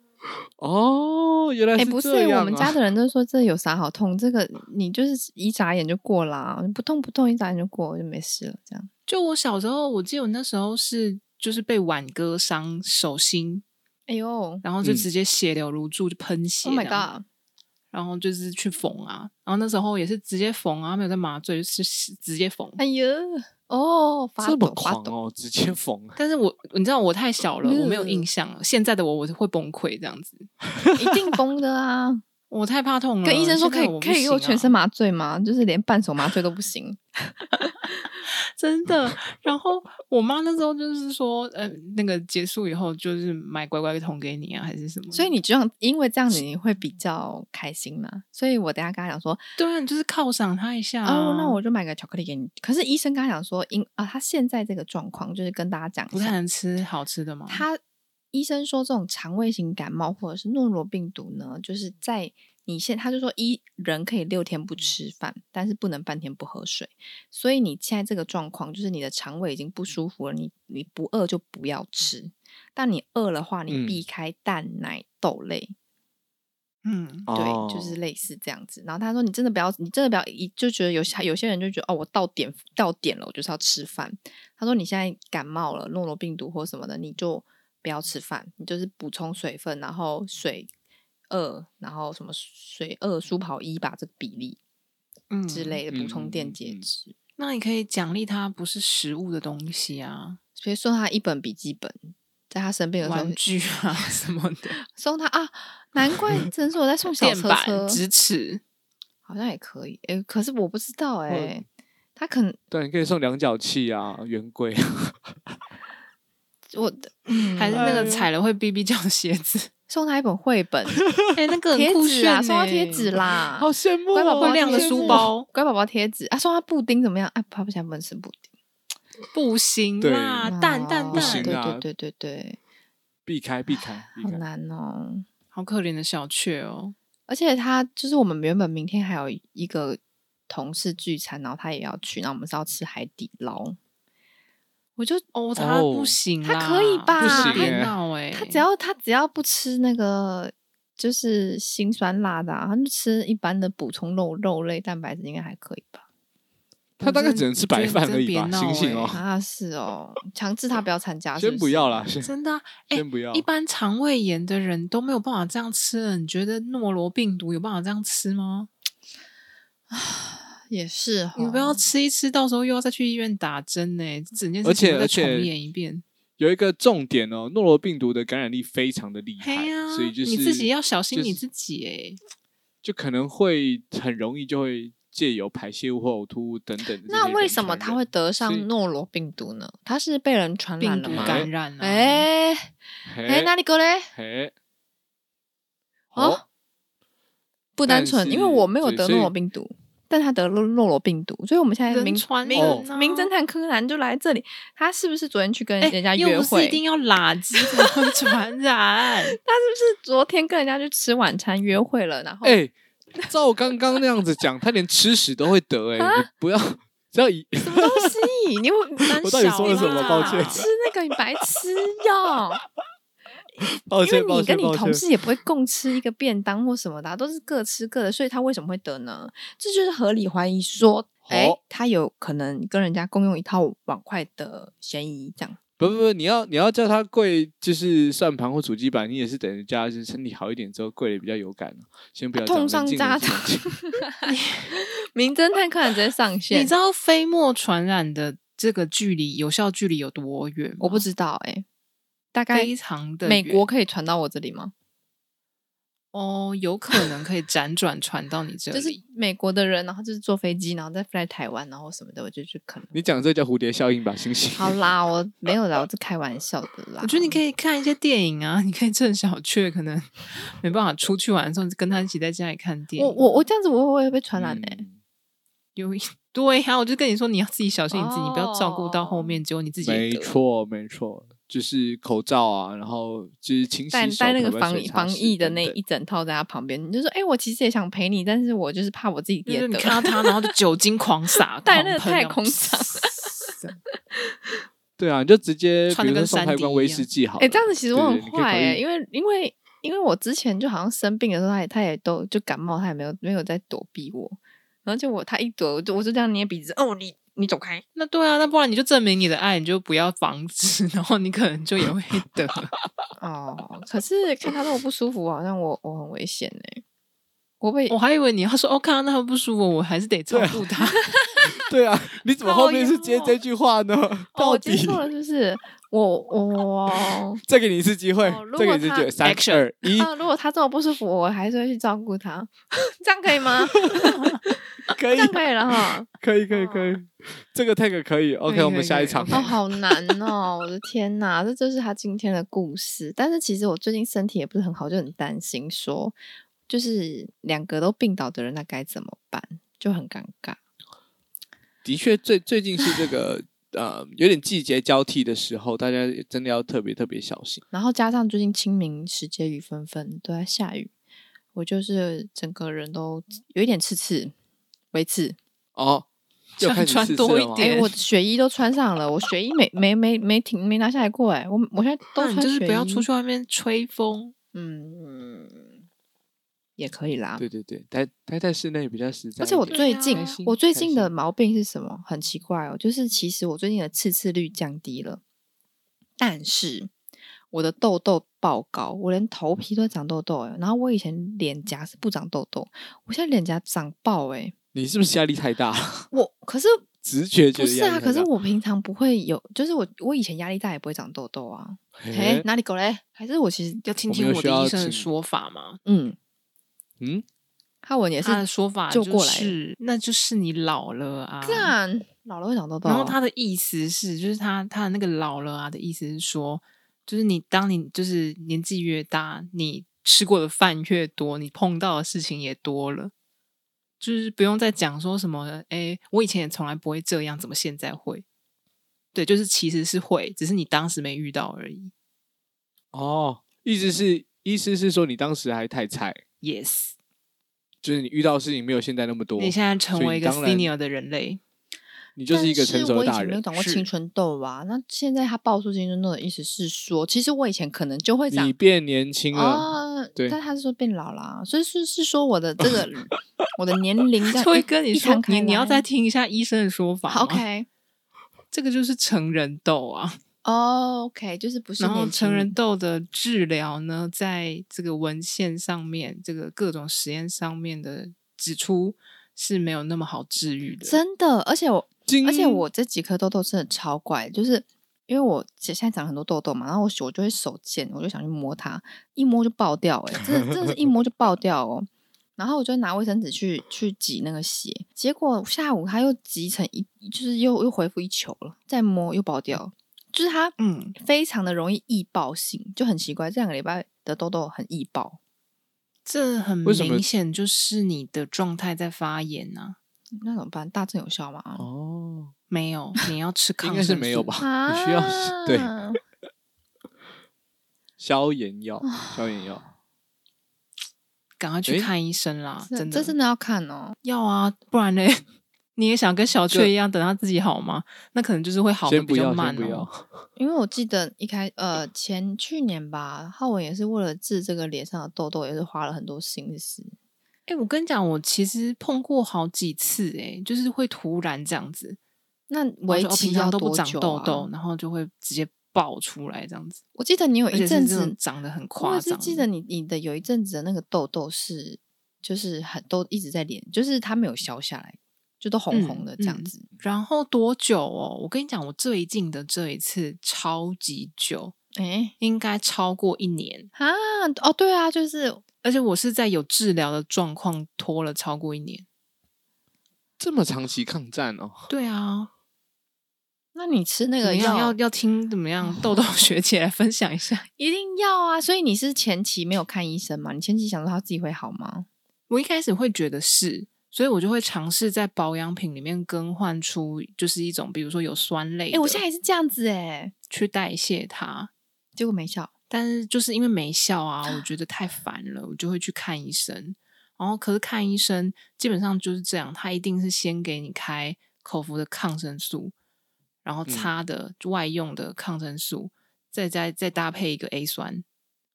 哦，原来
哎、
是
不是、
这样、啊
我们家的人都说这有啥好痛？这 个你就是一眨眼就过啦，不痛不痛，一眨眼就过，就没事了。这样
就我小时候，我记得我那时候是就是被碗割伤手心，
哎呦，Oh
然后就
嗯
直接血流如注，就喷血。
my
啊
god！
然后就是去缝啊，然后那时候也是直接缝啊，没有在麻醉，就是直接缝。
哎呦，哦，发
这么
抖发
狂
抖，
哦，直接缝。
但是我你知道我太小了，我没有
嗯
印象了。现在的我，我会崩溃这样子，
一定崩的啊！
我太怕痛了。
跟医生说
现在
可以
我不
可以给我
行啊
全身麻醉吗？就是连半手麻醉都不行。
真的。然后我妈那时候就是说，呃，那个结束以后就是买乖乖桶给你啊，还是什么？
所以你这样，因为这样你会比较开心嘛。所以我等一下跟他讲说，
对啊，你就是犒赏她一下、啊。
哦，那我就买个巧克力给你。可是医生跟他讲说，因啊，他现在这个状况就是跟大家讲
不
一
太
下，
能吃好吃的吗？
他医生说这种肠胃型感冒或者是诺罗病毒呢，就是在你现他就说一人可以六天不吃饭，但是不能半天不喝水。所以你现在这个状况就是你的肠胃已经不舒服了，你你不饿就不要吃，但你饿的话，你
嗯
避开蛋奶豆类。
嗯，
哦
对，就是类似这样子。然后他说：“你真的不要，你真的不要，一就觉得有些有些人就觉得哦，我到点到点了，我就是要吃饭。”他说：“你现在感冒了，诺罗病毒或什么的，你就不要吃饭，你就是补充水分，然后水二，然后什么水二舒跑一吧，这个比例
嗯
之。类的，补
嗯
充
嗯
电
嗯
解
嗯
质。
那你可以奖励他不是食物的东西啊，
所以送他一本笔记本，在他生病的时候
玩具啊 什么的，
送他啊，难怪诊所在送小
电
车车
板、直尺。
好像也可以，诶，可是我不知道诶，
嗯
他可能
对，你可以送量角器啊，圆规啊，
我 嗯
还是那
哎
个
呦
踩了会哔哔叫的鞋子，
送他一本绘本、
哎、那个很
贴
酷
纸啊，
炫
送他
欸
贴纸，啦，
好羡慕、
乖宝
哦！
宝
会亮的
贴纸
书包，
乖宝宝贴纸啊，送他布丁怎么样？哎，他不想不能吃布丁，
不行
对
啦，啊蛋蛋
不行
蛋，
对
啊
对对对对，
避开，避开，避
好
开。
难哦。
好可怜的小雀哦。
而且他就是我们原本明天还有一个同事聚餐，然后他也要去，然后我们是要吃海底捞，我就
哦，他
哦
不行啦，
他可以吧
不行
别
欸
闹哎，
他只要他只要不吃那个就是辛酸辣的、啊，他就吃一般的补充肉肉类蛋白质应该还可以吧？
他大概只能吃白饭而已吧，
我真的
醒醒哦！
啊，是哦，强制他不要参加是
先不
是
要啦，先
真的啊哎、
先不要
一。般肠胃炎的人都没有办法这样吃了，你觉得诺罗病毒有办法这样吃吗？
也是哈，
你不要吃一吃，到时候又要再去医院打针呢、整件事
而且
情又再
而
重
且
演一遍。
有一个重点哦，诺罗病毒的感染力非常的厉害
嘿呀、，
所以就是
你自己要小心
就是
你自己哎、
就可能会很容易就会借由排泄物或呕吐物等等的这些
那为
人
什么
传
他
染
会得
所以
上诺罗病毒呢？他是被人传染
病
了
毒
吗？
感染啊！
哎哎，
嘿
哪里哥嘞？
嘿
哦，不单
但
纯，因为
是
我没有
对
得
所
诺
以
罗病毒，但他得了诺罗病毒，所以我们现在
人
名
传
名
哦
人、啊
名侦探柯南就来这里，他是不是昨天去跟
哎
人家
又
约
不是
会？
一定要垃圾才会传染。
他是不是昨天跟人家去吃晚餐约会了？然后
哎，照刚刚那样子讲，他连吃屎都会得哎，
啊
你不要只要一
什么东西？ 你我吃
我到底说了什么
蛮小
抱
啦
歉
那个你白痴药，
抱
因为
歉抱
你
歉
跟
抱
你同
歉，
事也不会共吃一个便当或什么的啊、都是各吃各的，所以他为什么会得呢？这就是合理怀疑说，哎、
哦
他有可能跟人家共用一套碗筷的嫌疑，这样
不不不，你要你要叫他跪就是算盘或主机板，你也是等人家就是身体好一点之后跪的比较有感哦先不要
啊
这样
痛上
冷静
加
冷静冷静
名侦探柯南直接上
你
线
知。道飞沫传染的这个距离有效距离有多远吗？
我不知道哎、大概
非常的
美
远
国可以传到我这里吗？
哦，有可能可以辗转传到你这里。
就是 美国的人，然后就是坐飞机，然后再飞来台湾，然后什么的，我就去可能。
你讲这叫蝴蝶效应吧，星星。
好啦，我没有啦，我是开玩笑的啦。
我觉得你可
以，
以看一些电影啊，你可以趁小雀可能没办法出去玩的时候，跟他一起在家里看电影。
我我我这样子我会我也被传染哎、
嗯
有一对呀、我就跟你说，你要自己小心你自己，你不要照顾
哦
到后面，结果你自己也
没
得
错，没错，就是口罩啊，然后就是勤洗
带
手，
带那
可
个
不可以
防
水
疫
擦
防
拭
疫的
等
那
等
一整套在他旁边，你就说，哎、我其实也想陪你，但是我就是怕我自己
就
也
是你
得。
看到他，然 后就酒精狂洒，
带那个
狂喷
太空舱，
这样
对啊，你就直接
穿
比
得
如说送
跟山
他一
迪
罐
一
威
样
士忌好了。
哎、这样子其实我很坏哎、
哎，
因为因为因为我之前就好像生病的时候，他也他也都就感冒，他也没有没有在躲避我，然后就我他一躲，我就我就这样捏鼻子，哦，你你走开，
那对啊，那不然你就证明你的爱，你就不要防止，然后你可能就也会 得。
哦，可是看他那么不舒服，好像我我很危险哎、我被
我还以为你要说哦，看到他不舒服，我还是得照顾他。
对啊，你怎么后面是接
讨
这句话呢？
哦，
到
我接
底
错了，是不是？我我啊、
再给你一次机会
哦，如
再给
果
你一次机
他啊
会，三
Action
二一，
如果他这么不舒服，我还是会去照顾他， 这样可 以吗？
可
这
以，
样可哦以了哈。
可以，可以，可以，这个 tag 可以
可
，OK，
以
我
可
们
以
下
可
一
以
场。
哦，好难哦！我的天哪，这就是他今天的故事。但是其实我最近身体也不是很好，就很担心说，就是两个都病倒的人，那该怎么办？就很尴尬。
的确，最最近是这个呃，有点季节交替的时候，大家真的要特别特别小心。
然后加上最近清明时节雨纷纷，都在下雨，我就是整个人都有一点刺刺，微刺。
哦，又
穿
开始
穿
试色
多
了
一
吗
点
哎、我的雪衣都穿上了，我雪衣没没没没停没拿下来过哎、我我现在都
那
穿
你
雪衣，
就是不要 出去外面吹风，
嗯，嗯，也可以啦。
对对对，待待在室内比较实在
而
一点。
且我
对
最
啊
近
开心
我最
开
近的
心
毛病是什么？很奇怪哦，就是其实我最近的刺刺率降低了，但是我的痘痘爆高，我连头皮都长痘痘哎。然后我以前脸颊是不长痘痘，我现在脸颊长爆哎。
你是不是压力太大了？
我可是
直觉觉
不
得
是
压
啊？
力
可
太大
是我平常不会有，就是我我以前压力大也不会长痘痘啊。哎
嘿，
哪里狗嘞？还是我其实
要听
我
听
们有
我
需要
的医生的
请
说法嘛。
嗯，
嗯，
看我也是
他的说法
就
就
过来了
是，那就是你老了啊。
干老了会长痘痘哦。
然后他的意思是，就是他他的那个老了啊的意思是说，就是你当你就是年纪越大，你吃过的饭越多，你碰到的事情也多了，就是不用再讲说什么，哎，我以前也从来不会这样，怎么现在会？对，就是其实是会，只是你当时没遇到而已。
哦，意思是意思是说你当时还太菜，
Yes，
就是你遇到的事情没有现在那么多，
你现在成
哦所以
为一
你
个
当然
senior 的人类，
你就是一个
但
成
是
熟
我
的
以
大
前没有
人。
长过
是
青春痘啊，那现在他爆出青春痘的意思是说，其实我以前可能就会长
你变年轻了，
哦，
对
但他是说变老啦，所以是是说我的 这个我的年龄这样
就会
一
跟你
一
说
摊，
你
开
你要
来
再啊听一下医生的说法吗。
好 OK
这个就是成人痘啊。
哦 OK，就是不是
然后
年轻
成人痘的治疗呢，在这个文献上面，这个各种实验上面的指出是没有那么好治愈的。
真的，而且我
金
而且我这几颗痘痘真的超怪，就是因为我现在长很多痘痘嘛，然后我手我就会手贱，我就想去摸它，一摸就爆掉、欸，哎，真的真的是一摸就 爆掉哦。然后我就拿卫生纸去去挤那个血，结果下午它又挤成一，就是又又恢复一球了，再摸又爆掉，就是它
嗯，
非常的容易易爆性，就很奇怪。这两个礼拜的痘痘很易爆，
这很
为什么
明显就是你的状态在发炎啊。
那怎么办？大正有效吗？
哦，
没有，你要吃抗
应该
生素。
是没有吧？你需要 是对
啊
消炎药，消炎药。
赶快
诶
去看医生啦！
这
真的，
啊这真的要看哦。
要啊，不然呢？你也想跟小雀一样等他自己好吗？那可能就是会好的
先
比
不
较
要，
慢
先不
哦。
要。
因为我记得一开呃前去年吧，浩文也是为了治这个脸上的痘痘，也是花了很多心思。
哎、我跟你讲，我其实碰过好几次、诶，就是会突然这样子，
那
我
为期
哦平
要
常都
多久、
不
啊、
长痘痘，然后就会直接爆出来这样子，
我记得你有
而
一
且
阵
是这
子
种，长得很
我
夸
也是
张。
记得你你的有一阵子的那个痘痘是就是很都一直在脸，就是它没有消下来，就都红
嗯
红的这样
嗯
子。
然后多久哦？我跟你讲，我最近的这一次超级久，
哎
应该超过一年，
啊，哦，对啊，就是
而且我是在有治疗的状况拖了超过一年。
这么长期抗战哦，
对啊，
那你吃那
怎么
个
样
药
要要听怎么 样？豆豆学姐来分享一下。
一定要啊，所以你是前期没有看医生嘛？你前期想说他自己会好吗？
我一开始会觉得是，所以我就会尝试在保养品里面更换出，就是一种比如说有酸类
哎、
的，
我现在也是这样子哎、
去代谢它。
结果没效。
但是就是因为没效啊，我觉得太烦了，我就会去看医生。然后可是看医生基本上就是这样，他一定是先给你开口服的抗生素，然后擦的、外用的抗生素，再再再搭配一个 A 酸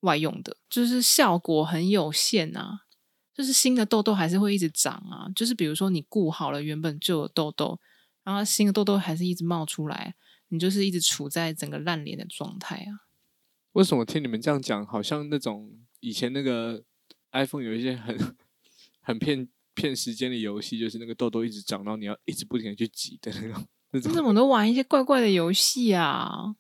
外用的，就是效果很有限啊。就是新的痘痘还是会一直长啊，就是比如说你顾好了原本就有痘痘，然后新的痘痘还是一直冒出来，你就是一直处在整个烂脸的状态啊。
为什么听你们这样讲，好像那种以前那个 iPhone 有一些很 很骗骗时间的游戏，就是那个痘痘一直长，然后你要一直不停的去挤的那种。 那
你
种
怎么都玩一些怪怪的游戏啊？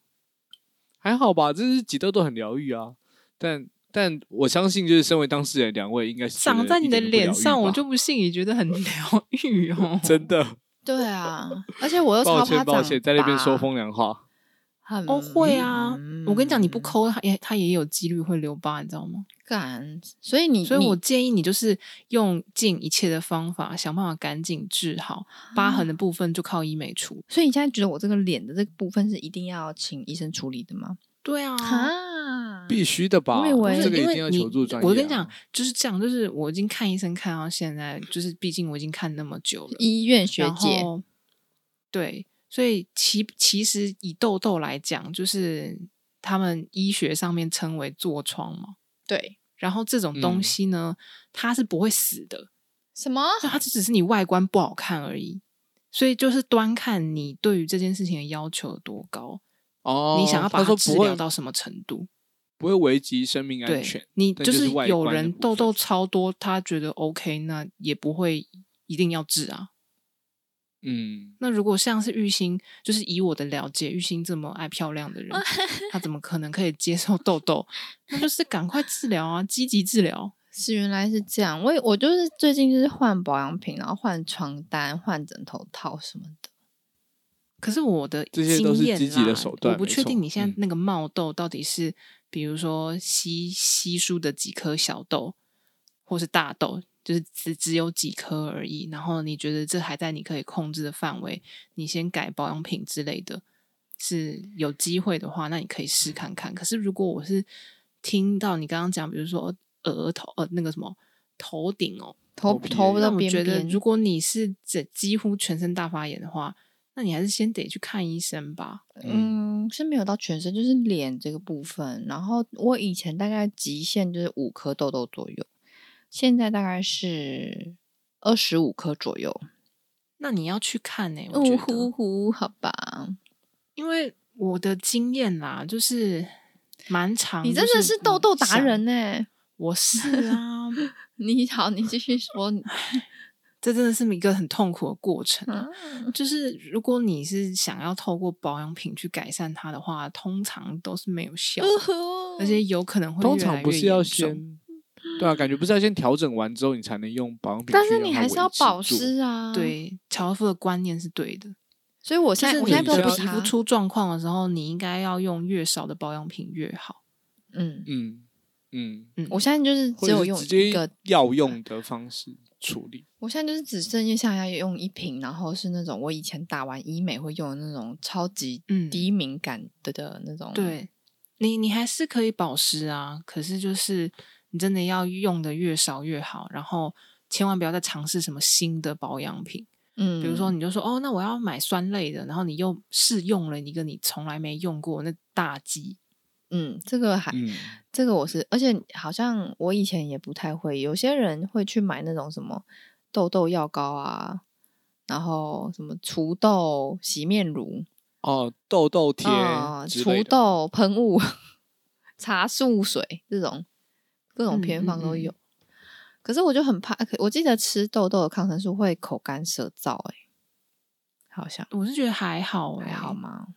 还好吧，就是挤痘痘很疗愈啊。但但我相信，就是身为当事人，两位应该是觉得
长在你的
一点都不疗愈
脸上，
吧。
我就不信你觉得很 疗愈哦
真的
对啊，而且我又
抱
超怕
歉抱歉，在那边说
风，
风凉话。
很
哦，会啊！我跟你讲，你不
嗯
抠它也它也有几率会留疤，你知道吗？
敢，所以你
所以
你
我建议你就是用尽一切的方法，想办法赶紧治好疤痕的部分，就靠医美除。
所以你现在觉得我这个脸的这个部分是一定要请医生处理的吗？
对啊，
啊，
必须的吧？
我以为
这个一
因
定
为
要
你
求助专业、啊
我跟你讲，，就是这样，就是我已经看医生看到现在，就是毕竟我已经看那么久了，
医院学
然
姐，
后对，所以其其实以痘痘来讲，就是他们医学上面称为痤疮嘛。
对，
然后这种
嗯
东西呢，它是不会死的，
什么？
就它就只是你外观不好看而已。所以就是端看你对于这件事情的要求有多高，
哦，
你想要把
他说
它治
不
疗
会
到什么程度？
不会危及生命安
对
全。，
你
但
就
就是
是
外
有
观的
人
部
痘
分
痘超多，他觉得 OK，那也不会一定要治啊。
嗯，
那如果像是玉兴，就是以我的了解，玉兴这么爱漂亮的人，他怎么可能可以接受痘痘？那就是赶快治疗啊，积极治疗。
是原来是这样，我也我就是最近就是换保养品，然后换床单、换枕头套什么的。
可是我的
这些都
经
是
验
积极的
啦
手段
我不
没
确定
错
你现
嗯
在那个冒痘到底是，比如说稀稀疏的几颗小痘，或是大痘，就是只只有几颗而已。然后你觉得这还在你可以控制的范围，你先改保养品之类的，是有机会的话，那你可以试看看。可是如果我是听到你刚刚讲，比如说额头呃那个什么头顶哦，
头
头皮
头
也
的
那我
边
觉得，
边，
如果你是这几乎全身大发炎的话，那你还是先得去看医生吧。
嗯，是没有到全身，就是脸这个部分。然后我以前大概极限就是五颗痘痘左右，现在大概是二十五颗左右。
那你要去看呢、我觉
呜
得，
呼呼，好吧，
因为我的经验啦，就是蛮长。
你真的是嗯痘痘达人
呢、
呢、
我 是啊，
你好，你继续说。你
这真的是一个很痛苦的过程 啊、
嗯
就是如果你是想要透过保养品去改善它的话，通常都是没有效
呃
的，而且有可能会
通
越来
常不
越
是要
严重
先，对啊，感觉不是要先调整完之后，你才能用保养品去
但
让它
是
维持住。
你还是要保湿啊。，
对乔夫的观念是对的。
所以我
就
现在
是
我
你
现
都
在不啊
的
不
皮肤，出状况的时候，你应该要用越少的保养品越好。
嗯，
嗯嗯，
嗯，
我现在就是
或
只
者
有
是
用
直
一
接
个，
药用的方式处理。
我现在就是只剩下要用一瓶，然后是那种我以前打完医美会用的那种超级
嗯
低敏感的的那种。，啊
对你，你还是可以保湿啊，可是就是你真的要用的越少越好，然后千万不要再尝试什么新的保养品。
嗯，
比如说，你就说哦，那我要买酸类的，然后你又试用了一个你从来没用过，那大忌。
嗯，这个还
嗯，
这个我是，而且好像我以前也不太会，有些人会去买那种什么痘痘药膏啊，然后什么除痘洗面乳、
哦，痘痘贴
啊、
之
除
类的，
痘喷雾、 茶树水这种各种
嗯
偏
嗯
方都
嗯
有。可是我就很怕，可我记得吃痘痘的抗生素会口干舌燥、欸，哎，好像
我是觉得还好、欸，
还好？吗？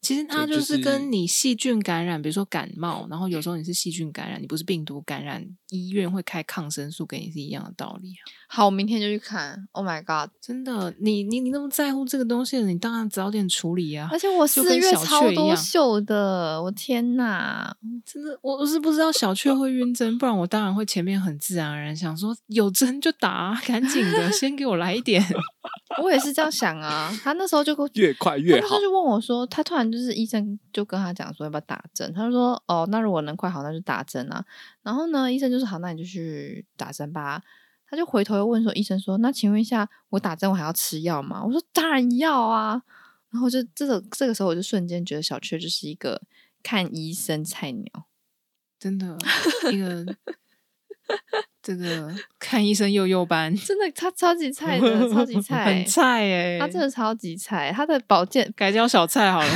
其实它
对就
就
是
是跟你细菌感染，比如说感冒，然后有时候你是细菌感染，你不是病毒感染，医院会开抗生素给你是一样的道理啊。
好，我明天就去看。Oh my god！
真的，你你你那么在乎这个东西了，你当然早点处理啊
而。且我
就
四
跟
月
小
超
雀一
多
样
秀的，我天哪！
真的，我我是不知道小雀会晕针，不然我当然会前面很自然而然想说有针就打啊、赶紧的，先给我来一点。
我也是这样想啊。他那时候就跟我
越快越
他那时
好
候。就问我说，他突然就是医生就跟他讲说要不要打针，他就说哦，那如果能快好，那就打针啊。然后呢，医生就说好，那你就去打针吧。他就回头又问说，医生说那请问一下，我打针我还要吃药吗？我说当然要啊。然后就这个这个时候，我就瞬间觉得小雀就是一个看医生菜鸟。
真的，一 个这个看医生幼幼班，
真的，他超级菜的，超级菜
很，菜哎、
他真
欸
的超级菜。他的保健
改叫小菜好了。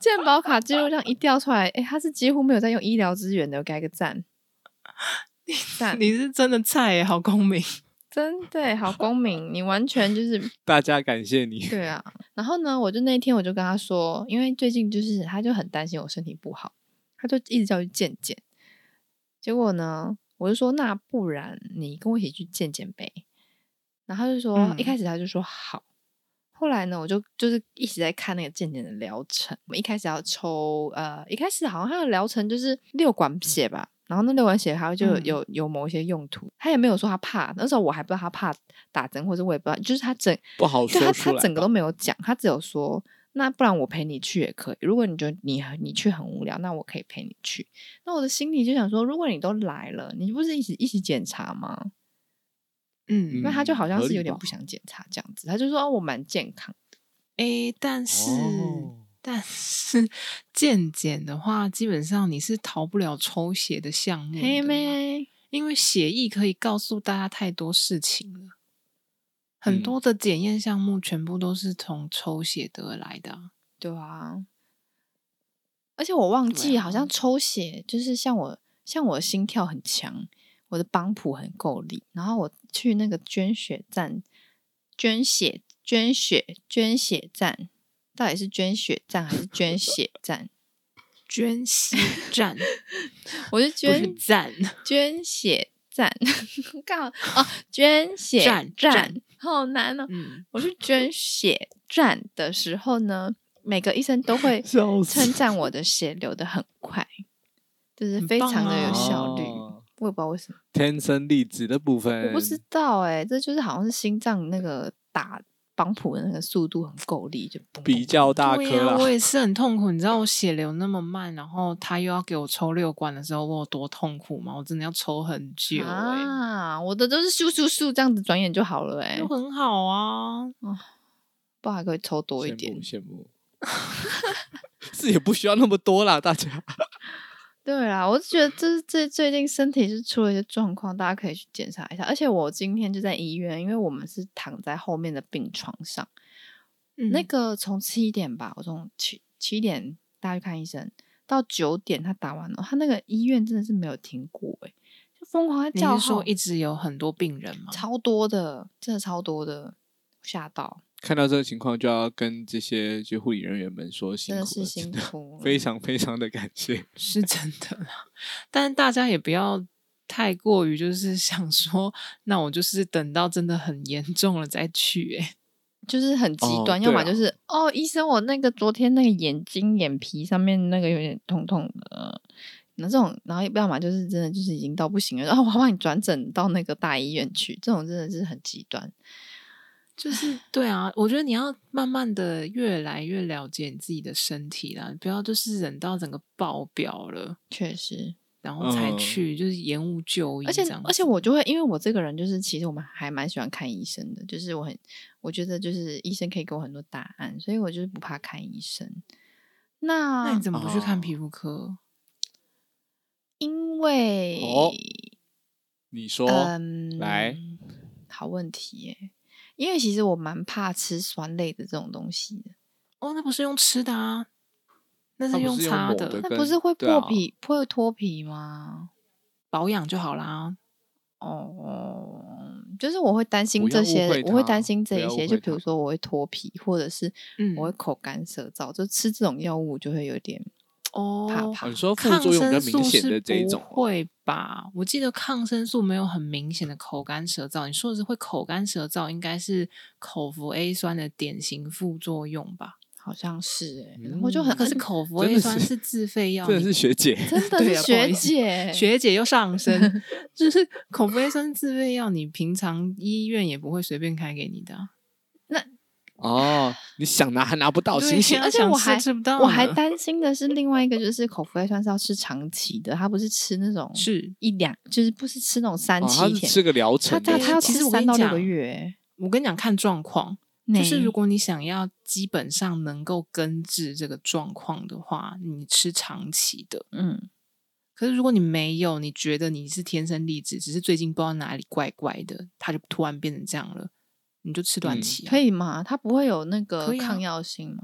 健保卡记录量一调出来，诶、他是几乎没有在用医疗资源的，我给他一个赞。 赞，
你是真的菜耶，好公民。
真的好公民，你完全就是
大家感谢你，
对啊。然后呢，我就那一天我就跟他说，因为最近就是他就很担心我身体不好，他就一直叫我去健检。结果呢，我就说那不然你跟我一起去健检呗。然后他就说、一
嗯
开始他就说好，后来呢，我就就是一直在看那个健检的疗程。我们一开始要抽呃，一开始好像他的疗程就是六管血吧。然后那六管血，它就有
嗯
有有某一些用途，他也没有说他怕。那时候我还不知道他怕打针，或者我也不知道，就是他整
不好
对
说
他
出
他
来
整个
吧哦
都没有讲，他只有说，那不然我陪你去也可以。如果你觉得你你去很无聊，那我可以陪你去。那我的心里就想说，如果你都来了，你不是一起一起检查吗？
嗯，
那他就
嗯
好像
合
是
理
有点
吧
不想检查这样子，他就说、哦、我蛮健康的。
诶，但是、
哦
但是健检的话，基本上你是逃不了抽血的项
嗯
目
嘿
的嘛，
妹，
因为血液可以告诉大家太多事情了。很
嗯
多的检验项目全部都是从抽血得来的啊、
对啊。而且我忘
对
记，好
啊
像抽血就是像我像我的心跳很强，我的帮谱很够力，然后我去那个捐血站捐血捐血捐血站，到底是捐血站还是捐血站？
捐 血站，
我 是
不是
捐
站，
捐血站，刚好哦，捐血
站
站
站，
好难哦。
嗯，
我去捐血站的时候呢，每个医生都会
笑死
称赞我的血流得很快，就是
很
非
棒
常的有
啊
效率。
哦
我也不知道为什么，
天生丽质的部分，
我不知道哎、这就是好像是心脏那个打帮谱的那个速度很够力，就嘣
比
嘣
较大
对
颗
呀、
啦。
我也是很痛苦。你知道我血流那么慢，然后他又要给我抽六管的时候，我有多痛苦吗？我真的要抽很久、欸，
啊！我的都是咻咻咻这样子转眼就好了 哎、
就很好啊。
不然还可以抽多一
羡
点
慕。羡慕。 是也不需要那么多啦，大家。
对啦，我是觉得这这最近身体是出了一些状况，大家可以去检查一下。而且我今天就在医院，因为我们是躺在后面的病床上，那
嗯
个从七点吧，我从七七点大家去看医生，到九点他打完了，他那个医院真的是没有停过诶、就疯狂在
你
叫
是
号
说，一直有很多病人吗？
超多的，真的超多的，吓到，
看到这个情况，就要跟这些就护理人员们说辛
真
苦
的
了，
是辛
真的
苦，
非常非常的感谢。
是真的啦，但大家也不要太过于就是 想说，那我就是等到真的很严重了再去、欸。
就是很极
哦
端，要
对
么
啊
就是哦，医生，我那个昨天那个眼睛眼皮上面那个有点痛痛的，那这种，然后要么就是真的就是已经到不行了，然后我帮你转诊到那个大医院去，这种真的是很极端。
就是对啊，我觉得你要慢慢的越来越了解你自己的身体啦，不要就是忍到整个爆表了，
确实，
然后才
嗯
去，就是延误就医
而且
这样
而且
子
我就会，因为我这个人就是，其实我们还蛮喜欢看医生的，就是我很我觉得就是医生可以给我很多答案，所以我就是不怕看医生。
那
那
你怎么不去看
哦
皮肤科？
因为、
哦你说，
呃
嗯，
来，
好问题耶，因为其实我蛮怕吃酸类的这种东西的，
哦，那不是用吃的啊，那
它
是
不
用
是用
擦
抹
的，
的
那不
跟
是会
对啊
破皮、会脱皮吗？
保养就好啦。
哦，就是我会担心
不要
这
误
些
会，
我会
他
担心这
不
一
要误
些，
会
就比如
他
说我会脱皮，或者是
嗯
我会口干舌燥，就吃这种药物就会有点
哦，
怕怕
你说副
抗
作用比较
生
明
素
显
是
的这一种哦
不，会吧？我记得抗生素没有很明显的口干舌燥，你说的是会口干舌燥，应该是口服 A 酸的典型副作用吧？嗯
好像是哎、然后就很
可是
很
口服
真
A
的
酸
嗯是
是 自费药，
真的
你
是学姐，
真的
对
是
啊不好
学
意思
姐
学姐又上身，就是口服 A 酸自费药，你平常医院也不会随便开给你的啊、
哦，你想拿还拿不到，
对啊
醒醒
呀！
而且
想
我
吃
还
吃不到
我还
呢
担心的是另 外一个，就是口服 A 酸是要吃长期的，它不是吃那种
是
一两，就是不是吃那种三
哦，他
七
是
天，
吃个疗程
他
的，
他要
其
吃
实我跟
三
你
到六个
讲
月欸，
我跟你讲，看状况，
呢
就是如果你想要基本上能够根治这个状况的话，你吃长期的。
嗯
可是如果你没有，你觉得你是天生丽质，只是最近不知道哪里怪怪的，它就突然变成这样了，你就吃短
嗯
期、啊
可以吗？它不会有那个
可以啊
抗药性吗？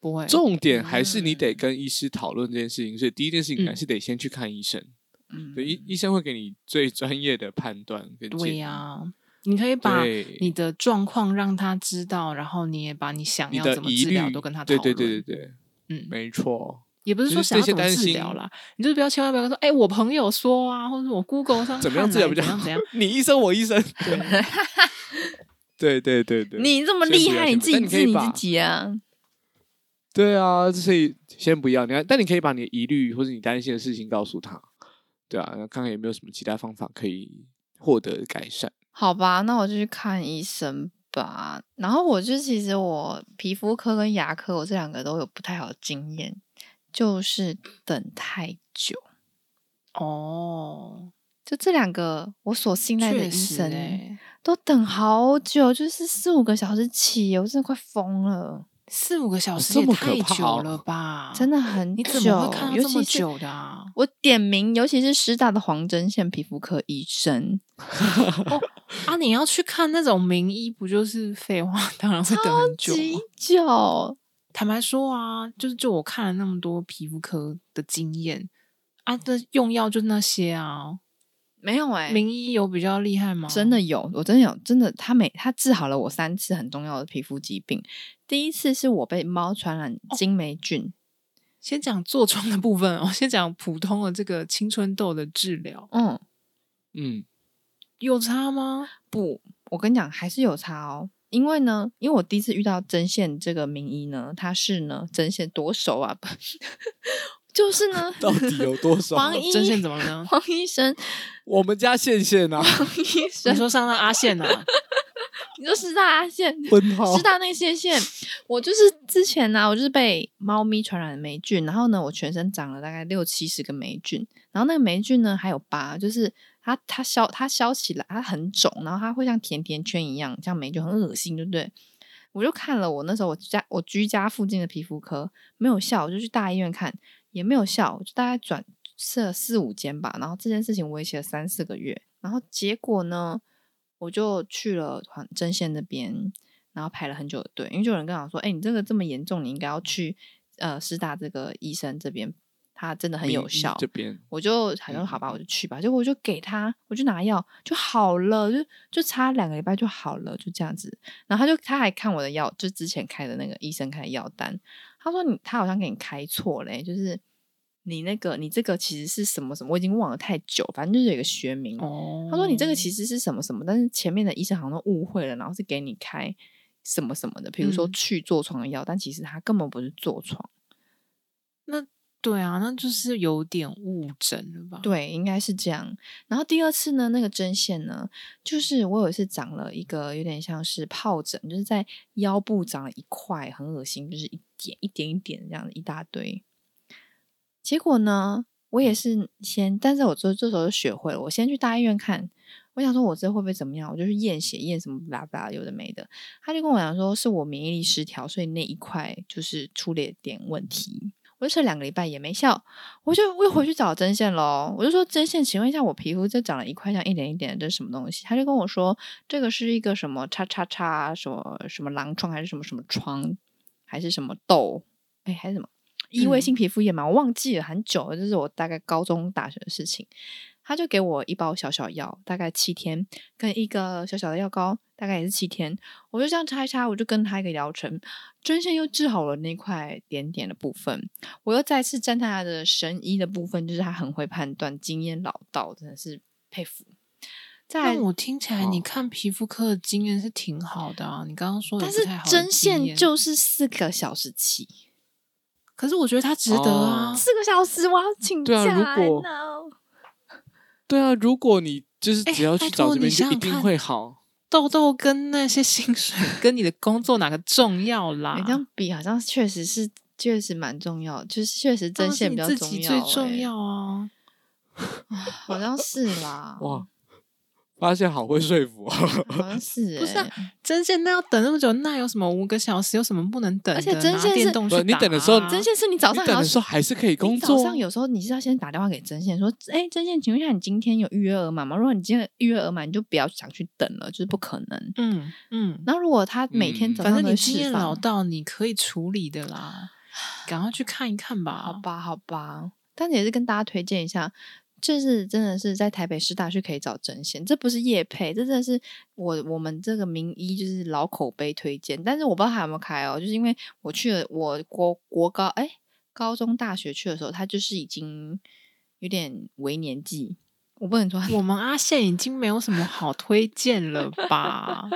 不会？
重点还是
嗯
你得跟医师讨论这件事情，所以第一件事情还是得先去看医生，
嗯
对，医医生会给你最专业的判断跟建
对
议
呀、。你可以把
对
你的状况让他知道，然后你也把你想
你
要
的
怎么
疑
治
虑
疗都跟他讨
对
论。
对对对对，
嗯，
没错，
也不是
就
说
是
想
这
要
些
怎么
担
治
心
疗啦，你就是不要千万不要说，哎、我朋友说啊，或者我 Google 上
怎么样
看
治疗
来
比较
怎样
好
怎样，？
你医生我医 生， 对对对对，
你这么
所以
厉
不要
害，
先不但你
你自己
可
治
以
你
把
自己啊！
对啊，所以先不要，你看，但你可以把你的疑虑或者你担心的事情告诉他，对啊，看看有没有什么其他方法可以获得改善。
好吧，那我就去看医生吧。然后我就其实我皮肤科跟牙科，我这两个都有不太好的经验，就是等太久。
哦，
就这两个我所信赖的
确
医
实、
生、
欸，
都等好久，就是四五个小时起，我真的快疯了，
四五个小
哦
时
这
也
么可
太
怕
久
哦
了吧？
真的很
啊
久。
你怎么会看到
尤
这
其
么
是
久的啊
我点名，尤其是师大的黄针线皮肤科医生，
啊！你要去看那种名医，不就是废话？ 当然会等很久啊
极
吗。
久。
坦白说啊，就是就我看了那么多皮肤科的经验啊，这用药就那些啊，
没有哎、
名医有欸比较厉害吗？
真的有，我真的有，真的，他每他治好了我三次很重要的皮肤疾病。第一次是我被猫传染
哦
金霉菌，
先讲痤疮的部分哦，先讲普通的这个青春痘的治疗，
嗯，
嗯，
有差吗？
不，我跟你讲还是有差哦。因为呢，因为我第一次遇到针线这个名医呢，他是呢针线多熟啊， 就是呢，
到底有多少？
黄医
针线怎么了呢？
黄医生，
我们家线线 啊，
黄医
你
生，
说上到阿宪啊，
你说师大阿线，
问号
师大那个线线，我就是之前呢、我就是被猫咪传染的霉菌，然后呢，我全身长了大概六七十个霉菌，然后那个霉菌呢还有疤，就是它它消它消起来，它很肿，然后它会像甜甜圈一样，像霉菌很恶心，对不对？我就看了我那时候我家我居家附近的皮肤科没有效，我就去大医院看，也没有效，我就大概转试了四五间吧，然后这件事情维持了三四个月，然后结果呢，我就去了团针线那边，然后排了很久的队，因为就有人跟我说，哎、你这个这么严重，你应该要去呃师大这个医生这边，他真的很有
名医
效，
这边
我就想说
嗯
好吧，
嗯
我就去吧。结果我就给他，我就拿药就好了，就就差两个礼拜就好了，就这样子。然后他就他还看我的药，就之前开的那个医生开的药单，他说你他好像给你开错嘞、就是你那个你这个其实是什么什么，我已经忘了太久，反正就是有一个学名。
哦
他说你这个其
实
实是什么什么，但是前面的医生好像都误会了，然后是给你开什么什么的，比如说
嗯
去痤疮的药，但其实它根本不是痤疮。
对啊，那就是有点误诊了吧？，
对，应该是这样。然后第二次呢，那个针线呢，就是我有一次长了一个有点像是疱疹，就是在腰部长了一块，很恶心，就是一点一点一点这样一大堆。结果呢，我也是先，但是我这这时候就学会了，我先去大医院看。我想说，我这会不会怎么样？我就去验血，验什么巴拉巴拉，有的没的。他就跟我讲说，是我免疫力失调，所以那一块就是出了点问题。我就吃了两个礼拜也没效，我就我又回去找针线喽。我就说针线，请问一下，我皮肤就长了一块像一点一点的，这是什么东西？他就跟我说，这个是一个什么叉叉叉什么什么狼疮还是什么什么疮，还是什么痘，哎，还是什么异位性皮肤炎嘛，我忘记了很久了，这是我大概高中大学的事情。他他就给我一包小小药，大概七天，跟一个小小的药膏，大概也是七天。我就这样擦一擦，我就跟他一个疗程，针线又治好了那块点点的部分。我又再次赞叹他的神医的部分，就是他很会判断，经验老道，真的是佩服。再
但
来
我听起来，
嗯
哦
你看皮肤科的经验是挺好的啊。你刚刚说的
但
不
是
太好的
针
经
线
验，
就是四个小时 起，
可是我觉得它值得啊。
哦
四个小时我要请
对
假。
啊如果
I know
对啊，如果你就是
哎
只要
拜
去找
托
这边，
你
就
想
一
想
定
看
会好。
痘痘跟那些薪 水跟你的工作哪个重要啦？
哎你这样比好像确实是，确实蛮重要，就是确实
当
针
然哦是
线比
你自己
较重要、欸
最重，要啊。
好像是 啦，
哇，
嗯
发现好会说服、哦。
好像是、欸，
不是啊针线那要等那么久，那有什么五个小时有什么不能等的？
而且针
拿
线是
电动去
不你
打
等的时候
啊
针线是你早
你
上还
等
要
的时候还是可以工
你早
作啊
上。有时候你是要先打电话给针线说，哎、针线，请问一下你今天有预约额满吗？如果你今天有预约额满，你就不要想去等了，就是不可能。
嗯嗯，
然后如果他每天
嗯
早
反
上
正
都
你
会
经
释
验
放
老道，你可以处理的啦。赶快去看一看吧。
好吧，好吧，但也是跟大家推荐一下，就是真的是在台北市大区可以找针线，这不是业配，这真的是我我们这个名医就是老口碑推荐，但是我不知道还有没有开哦，就是因为我去了我国国高哎、高中大学去的时候，他就是已经有点为年纪，我不能说
我们阿宪已经没有什么好推荐了 吧？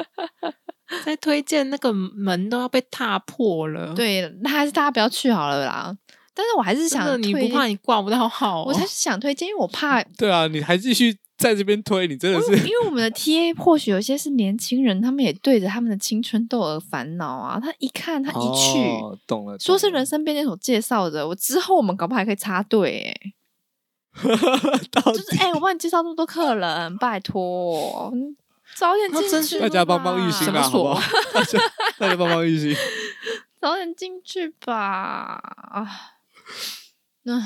再推荐那个门都要被踏破了。，
对，那还是大家不要去好了啦。但是我还是
真
想
的
推，
你不怕你挂不到号、哦？
我才是想推荐，因为我怕
对啊，你还继续在这边推，你真的
因为
是
因为我们的 TA 或许有些是年轻人，他们也对着他们的青春痘而烦恼啊。他一看，他一去，
哦懂了，
说是
懂了
人生便利店所介绍的，我之后我们搞不好还可以插队哎、
到
就
底
是哎、我帮你介绍那么多客人，拜托，嗯早点
那真
进去
是
吧，
大家帮帮玉兴啊，好不好？大 家大家帮帮玉兴。
早点进去吧啊，那、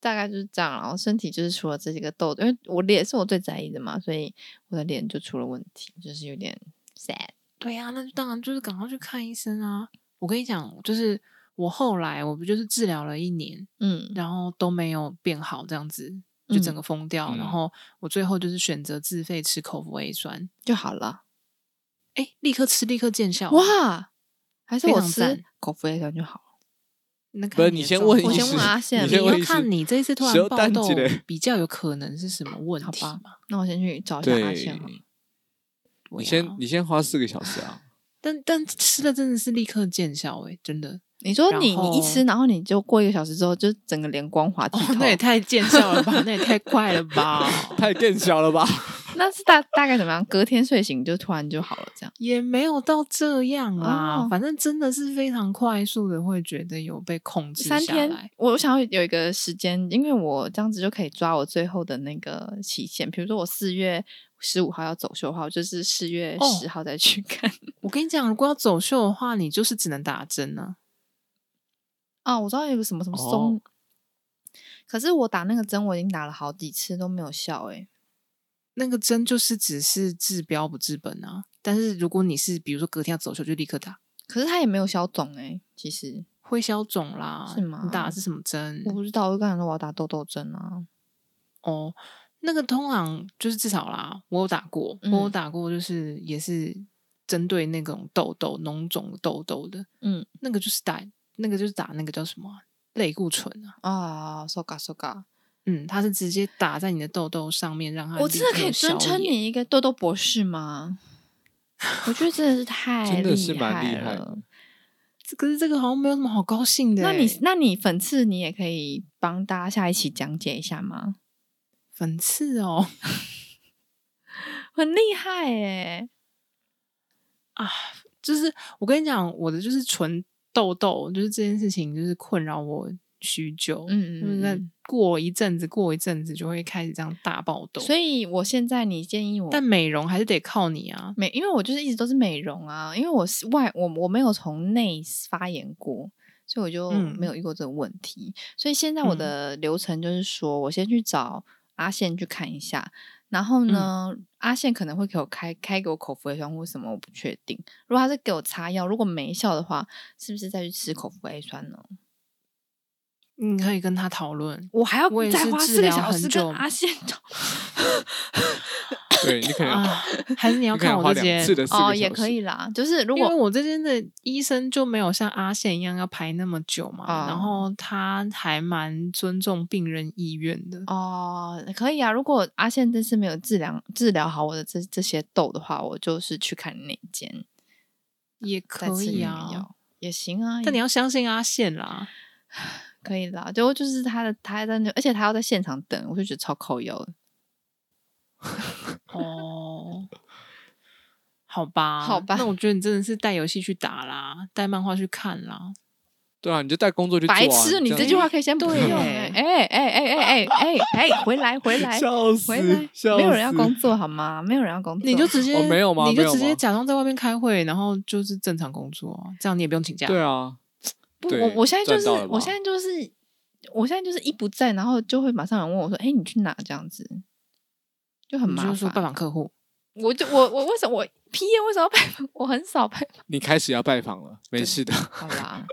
大概就是这样然后身体就是除了这几个痘，因为我脸是我最在意的嘛，所以我的脸就出了问题，就是有点 sad。
对呀、那就当然就是赶快去看医生啊！我跟你讲，就是我后来我不就是治疗了一年，
嗯，
然后都没有变好，这样子就整
嗯
个疯掉。
嗯
然后我最后就是选择自费吃口服 A 酸，
就好了。
哎，立刻吃，立刻见效。！
哇，还是
哦非
我
常
吃
赞
口服 A 酸就好了。
那看
不是
的
你先
状
问
况
我
医
先
师
问阿宪，
你
啊你
先问
要
医
看
师
你这一次突
蛇
然爆
单
痘
几嘞，
比较有可能是什么问
好
题
吧
嘛？
那我先去找一下阿宪
对
好了。，
对
你
呀
先你先花四个小时 啊，
但但吃了真的是立刻见效诶、真的
你说
然
你你一吃，
后
然后你就过一个小时之后，就整个脸光滑
哦
剔透，，
那也太见效了吧，那也太快了吧，
太更小了吧？
那是大大概怎么样？隔天睡醒就突然就好了，这样。
也没有到这样啦，
哦
反正真的是非常快速的，会觉得有被控制
三
下
天
来。，
我我想要有一个时间，因为我这样子就可以抓我最后的那个期限。比如说我四月十五号要走秀的话，我就是四月
哦
十号再去看。
我跟你讲，如果要走秀的话，你就是只能打针啊。
啊，我知道有个什么什么
哦
松，可是我打那个针我已经打了好几次都没有效哎、
那个针就是只是治标不治本啊。但是如果你是比如说隔天要走秀，就立刻打，
可是它也没有消肿哎、其实
会消肿啦。
是吗
你打的是什么针？
我不知道，我就跟他说我要打痘痘针啊，
哦，那个通常就是至少啦，我有打过，我有
嗯
打过，就是也是针对那种痘痘、脓肿痘痘的，
嗯
那个就是打那个就是打那个叫什么啊类固醇啊，
啊，so ga so ga，
嗯，它是直接打在你的痘痘上面，让它
我
立
真的
刻
可以
消
尊称
炎，
你一个痘痘博士吗？我觉得真的是太
真的是
厉
蛮厉害
了
的。
这可是这个好像没有什么好高兴的
那
欸。
你那你粉刺你也可以帮大家下一期讲解一下吗？
粉刺哦
很厉害哎、
啊，就是我跟你讲，我的就是纯痘痘，就是这件事情就是困扰我许久，
嗯
就是
嗯
在
嗯
过一阵子，过一阵子就会开始这样大爆痘，
所以我现在你建议我，
但美容还是得靠你啊。
美，因为我就是一直都是美容啊，因为我是外我我没有从内发炎过，所以我就
嗯
没有遇过这个问题。所以现在我
嗯
的流程就是说，我先去找阿宪去看一下，然后呢，阿宪可能会给我开开给我口服 A 酸或什么，我不确定。如果他是给我擦药，如果没效的话，是不是再去吃口服 A 酸呢？
你
嗯
可以跟他 讨论。
我还要
我也
再
是
花
治
四个
疗
小
很
时
久
跟阿宪 讨
对你可能、
啊，还是你
你
要
可能
看
花
我这
两
间
次的四个小时、
哦，也可以啦。就是如
因为
果
我这边的医生就没有像阿宪一样要排那么久嘛，
啊
然后
哦
他还蛮尊重病人意愿的。
哦，可以啊。如果阿宪这次没有治疗治疗好我的这这些痘的话，我就是去看那间
也
再
可
吃
以
你
啊
们，药，也行啊。
但你
嗯
也
要相信阿 宪啦。
可以啦，就就是他的他在那，而且他要在现场等，我就觉得超扣油的。
哦，好吧，
好吧
啊那我觉得你真的是带游戏去打啦，带漫画去看啦。
对啊，你就带工作去做、啊。
白痴，你
这样
这句话可以先不
对
用
耶
哎哎哎哎哎哎哎哎，回来回来
笑
回
死
来，，
笑
没有人要
死
工作好吗？没有人要工作，
你就直接、
哦没有吗
你就
没有
直接
吗
假装在外面开会，然后就是正常工作啊，这样你也不用请假。
对啊，
不，
对
我我现在就
赚
是
到了
我
吧
现在就是我现在就是一不在，然后就会马上有人问我说：“哎，你去哪？”这样子就很
你
麻
就说拜
烦。
访客户，
我就我我为什么我 P E 验为什么要拜访？ 我很少拜访。
你开始要拜访了，没事的，
好啦，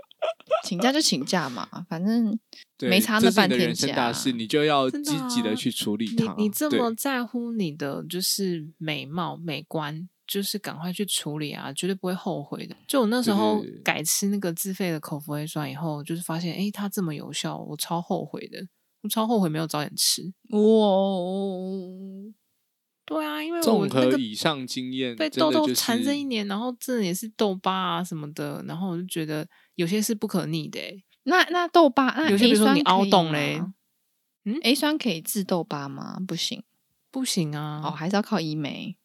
请假就请假嘛，反正
对，
没差那
这是
半
你的
天
人生
假啊
大事，你就要
真的
积极
啊
的去处理
你
它。
你这
对
么在乎你的就是美貌美观，就是赶快去处理啊，绝对不会后悔的。就我那时
对对
候
对对
改吃那个自费的口服 A 酸以后，就是发现诶，它这么有效，我超后悔的，我超后悔没有早点吃。
哇、哦
对啊，因为我
综
那
合
个
以上经验，
被
真
痘
的
痘
就是
缠着一年，然后真的也是痘疤啊什么的，然后我就觉得有些是不可逆的、欸，
那那痘疤，那
有些比
A
如说
酸
你凹
可以
洞嘞
吗
嗯
，A 酸可以治痘疤吗？不行
不行啊。
哦，还是要靠医美。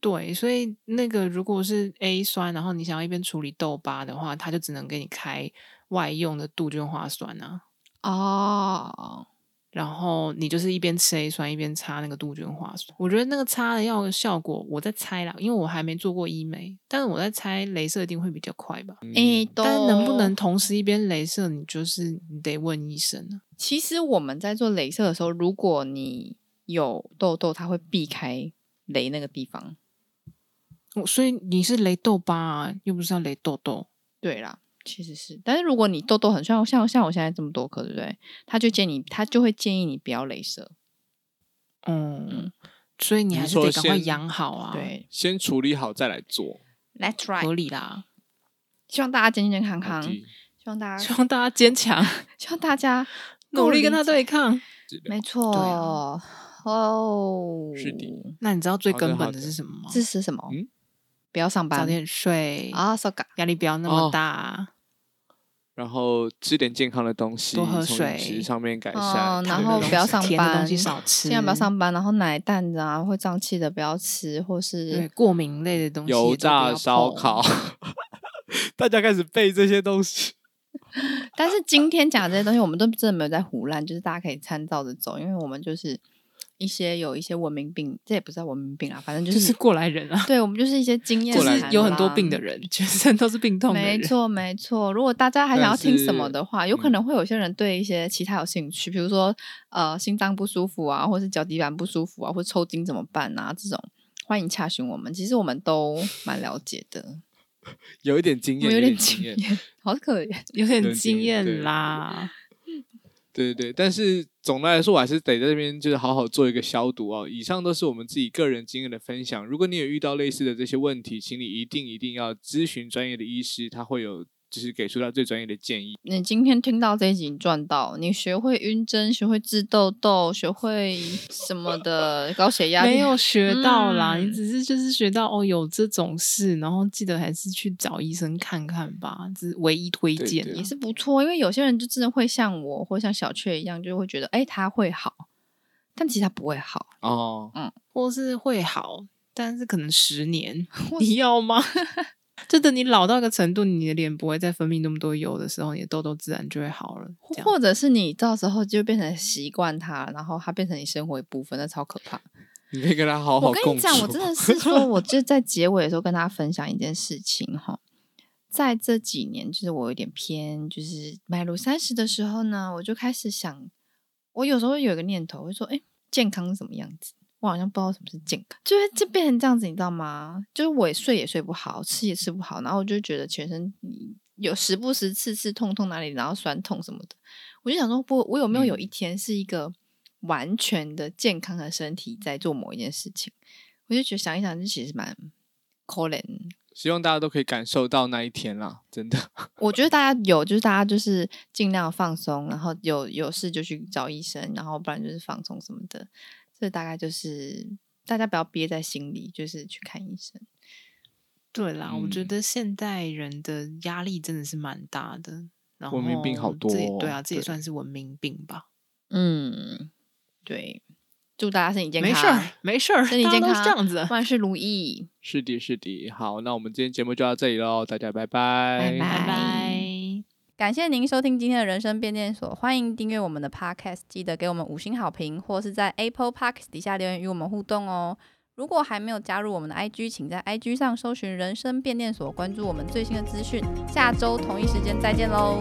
对，所以那个如果是 A 酸，然后你想要一边处理痘疤的话，它就只能给你开外用的杜鹃花酸啊。
哦，
然后你就是一边吃 A 酸，一边擦那个杜鹃花酸。我觉得那个擦的药的效果，我在猜啦，因为我还没做过医美，但是我在猜镭射一定会比较快吧。
嗯
哎、都
但是能不能同时一边镭射，你就是你得问医生啊。
其实我们在做镭射的时候，如果你有痘痘，它会避开雷那个地方。
我所以你是雷痘疤、啊，又不是要雷痘痘。
对啦，其实是。但是如果你痘痘很像像像我现在这么多颗，对不对？他就建议他就会建议你不要镭射。
嗯，所以你
你
还是
说
得赶快
先
养好啊。，
对
先处理好再来做。
，That's
合理啦。
希望大家健健康
好
康，
的
希望大
希
家
望大家坚强，
希望大家
努力跟他
够
对
理解
抗。
治疗
没错
对
哦
啊。
是的
那你知道最
好的
根本
好
的
的
是什么吗？
支持什么？
嗯
不要上
早
班
点睡，
啊，so ga，
压力不要那么
哦
大。
然后吃点健康的东西，
多喝
从
水
饮
嗯
食上面改
哦
善，
然
糖的
后
东
不要
西
上
甜的东
班
西少吃，
千万不要上班，然后奶蛋的啊，会胀气的不要吃，或是
对过敏类的东西也都不
油
要
炸
碰
烧烤， 大家开始背这些东西。
但是今天讲这些东西，我们都真的没有在胡乱，就是大家可以参照着走，因为我们就是一些有一些文明病，这也不是文明病啦，反正就、
就是是过来 人啊，
对我们就是一些经验
就
过来
是
谈
有很多
啦
病的。人，全身都是病痛的
没
人。
错，没错。如果大家还想要
但
听什么
是
的话，有可
嗯
能会有些人对一些其他有兴趣，比如说呃心脏不舒服啊，或是脚底板不舒服啊，或抽筋怎么办啊这种，欢迎洽询我们。其实我们都蛮了解的，
有一点经
我
验，
们有
点
点
经
经
验，
验，好可怜。
有点
人
经
经验对
验啦，
对对对。但是总的来说，我还是得在这边就是好好做一个消毒哦。以上都是我们自己个人经验的分享。如果你有遇到类似的这些问题，请你一定一定要咨询专业的医师，他会有就是给出他最专业的建议。
你今天听到这一集你赚到，你学会晕针，学会治痘痘，学会什么的高血压，
没有学到啦，你
嗯
只是就是学到哦有这种事，然后记得还是去找医生看看吧，这是唯一推
对
荐
对
啊。
也是不错。因为有些人就真的会像我或像小雀一样，就会觉得哎、他会好，但其实他不会好。
哦，
或是会好，但是可能十年
或，
你要吗？ 就等你老到一个程度，你的脸不会再分泌那么多油的时候，你的痘痘自然就会好了。这样
或者是你到时候就变成习惯它，然后它变成你生活一部分，那超可怕。
你可以跟他好好共
我跟
处。
你讲，我真的是 说，我就在结尾的时候跟大家分享一件事情哈。在这几年，就是我有点偏，就是迈入三十的时候呢，我就开始想，我有时候会有一个念头，会说，哎、健康是什么样子？我好像不知道什么是健康，就是就变成这样子，你知道吗？就是我也睡也睡不好，吃也吃不嗯好，然后我就觉得全身有时不时刺刺痛痛哪里，然后酸痛什么的，我我就想说，不，我有没有
嗯
有一天是一个完全的健康的身体在做某一件事情？我就觉得想一想，这其实蛮可怜的。
希望大家都可以感受到那一天啦，真的。
我觉得大家有，就是大家就是尽量放松，然后有有事就去找医生，然后不然就是放松什么的。这大概就是大家不要憋在心里，就是去看医生。
对啦，我觉
嗯
得现代人的压力真的是蛮大的。然后
文明病好
这也
多
对
哦
啊，这也
对
算是文明病吧。
嗯，对，祝大家身体健康，
没事儿，没事儿，
身体
大家
健
都
康，
是这样子。
万事如意。
是的，是的。好，那我们今天节目就到这里喽，大家拜拜，
拜拜
拜拜。
感谢您收听今天的人生变电所，欢迎订阅我们的 Podcast，记得给我们五星好评，或是在 Apple Podcast 底下留言与我们互动哦。如果还没有加入我们的 IG，请在 IG 上搜寻“人生变电所”，关注我们最新的资讯。下周同一时间再见喽！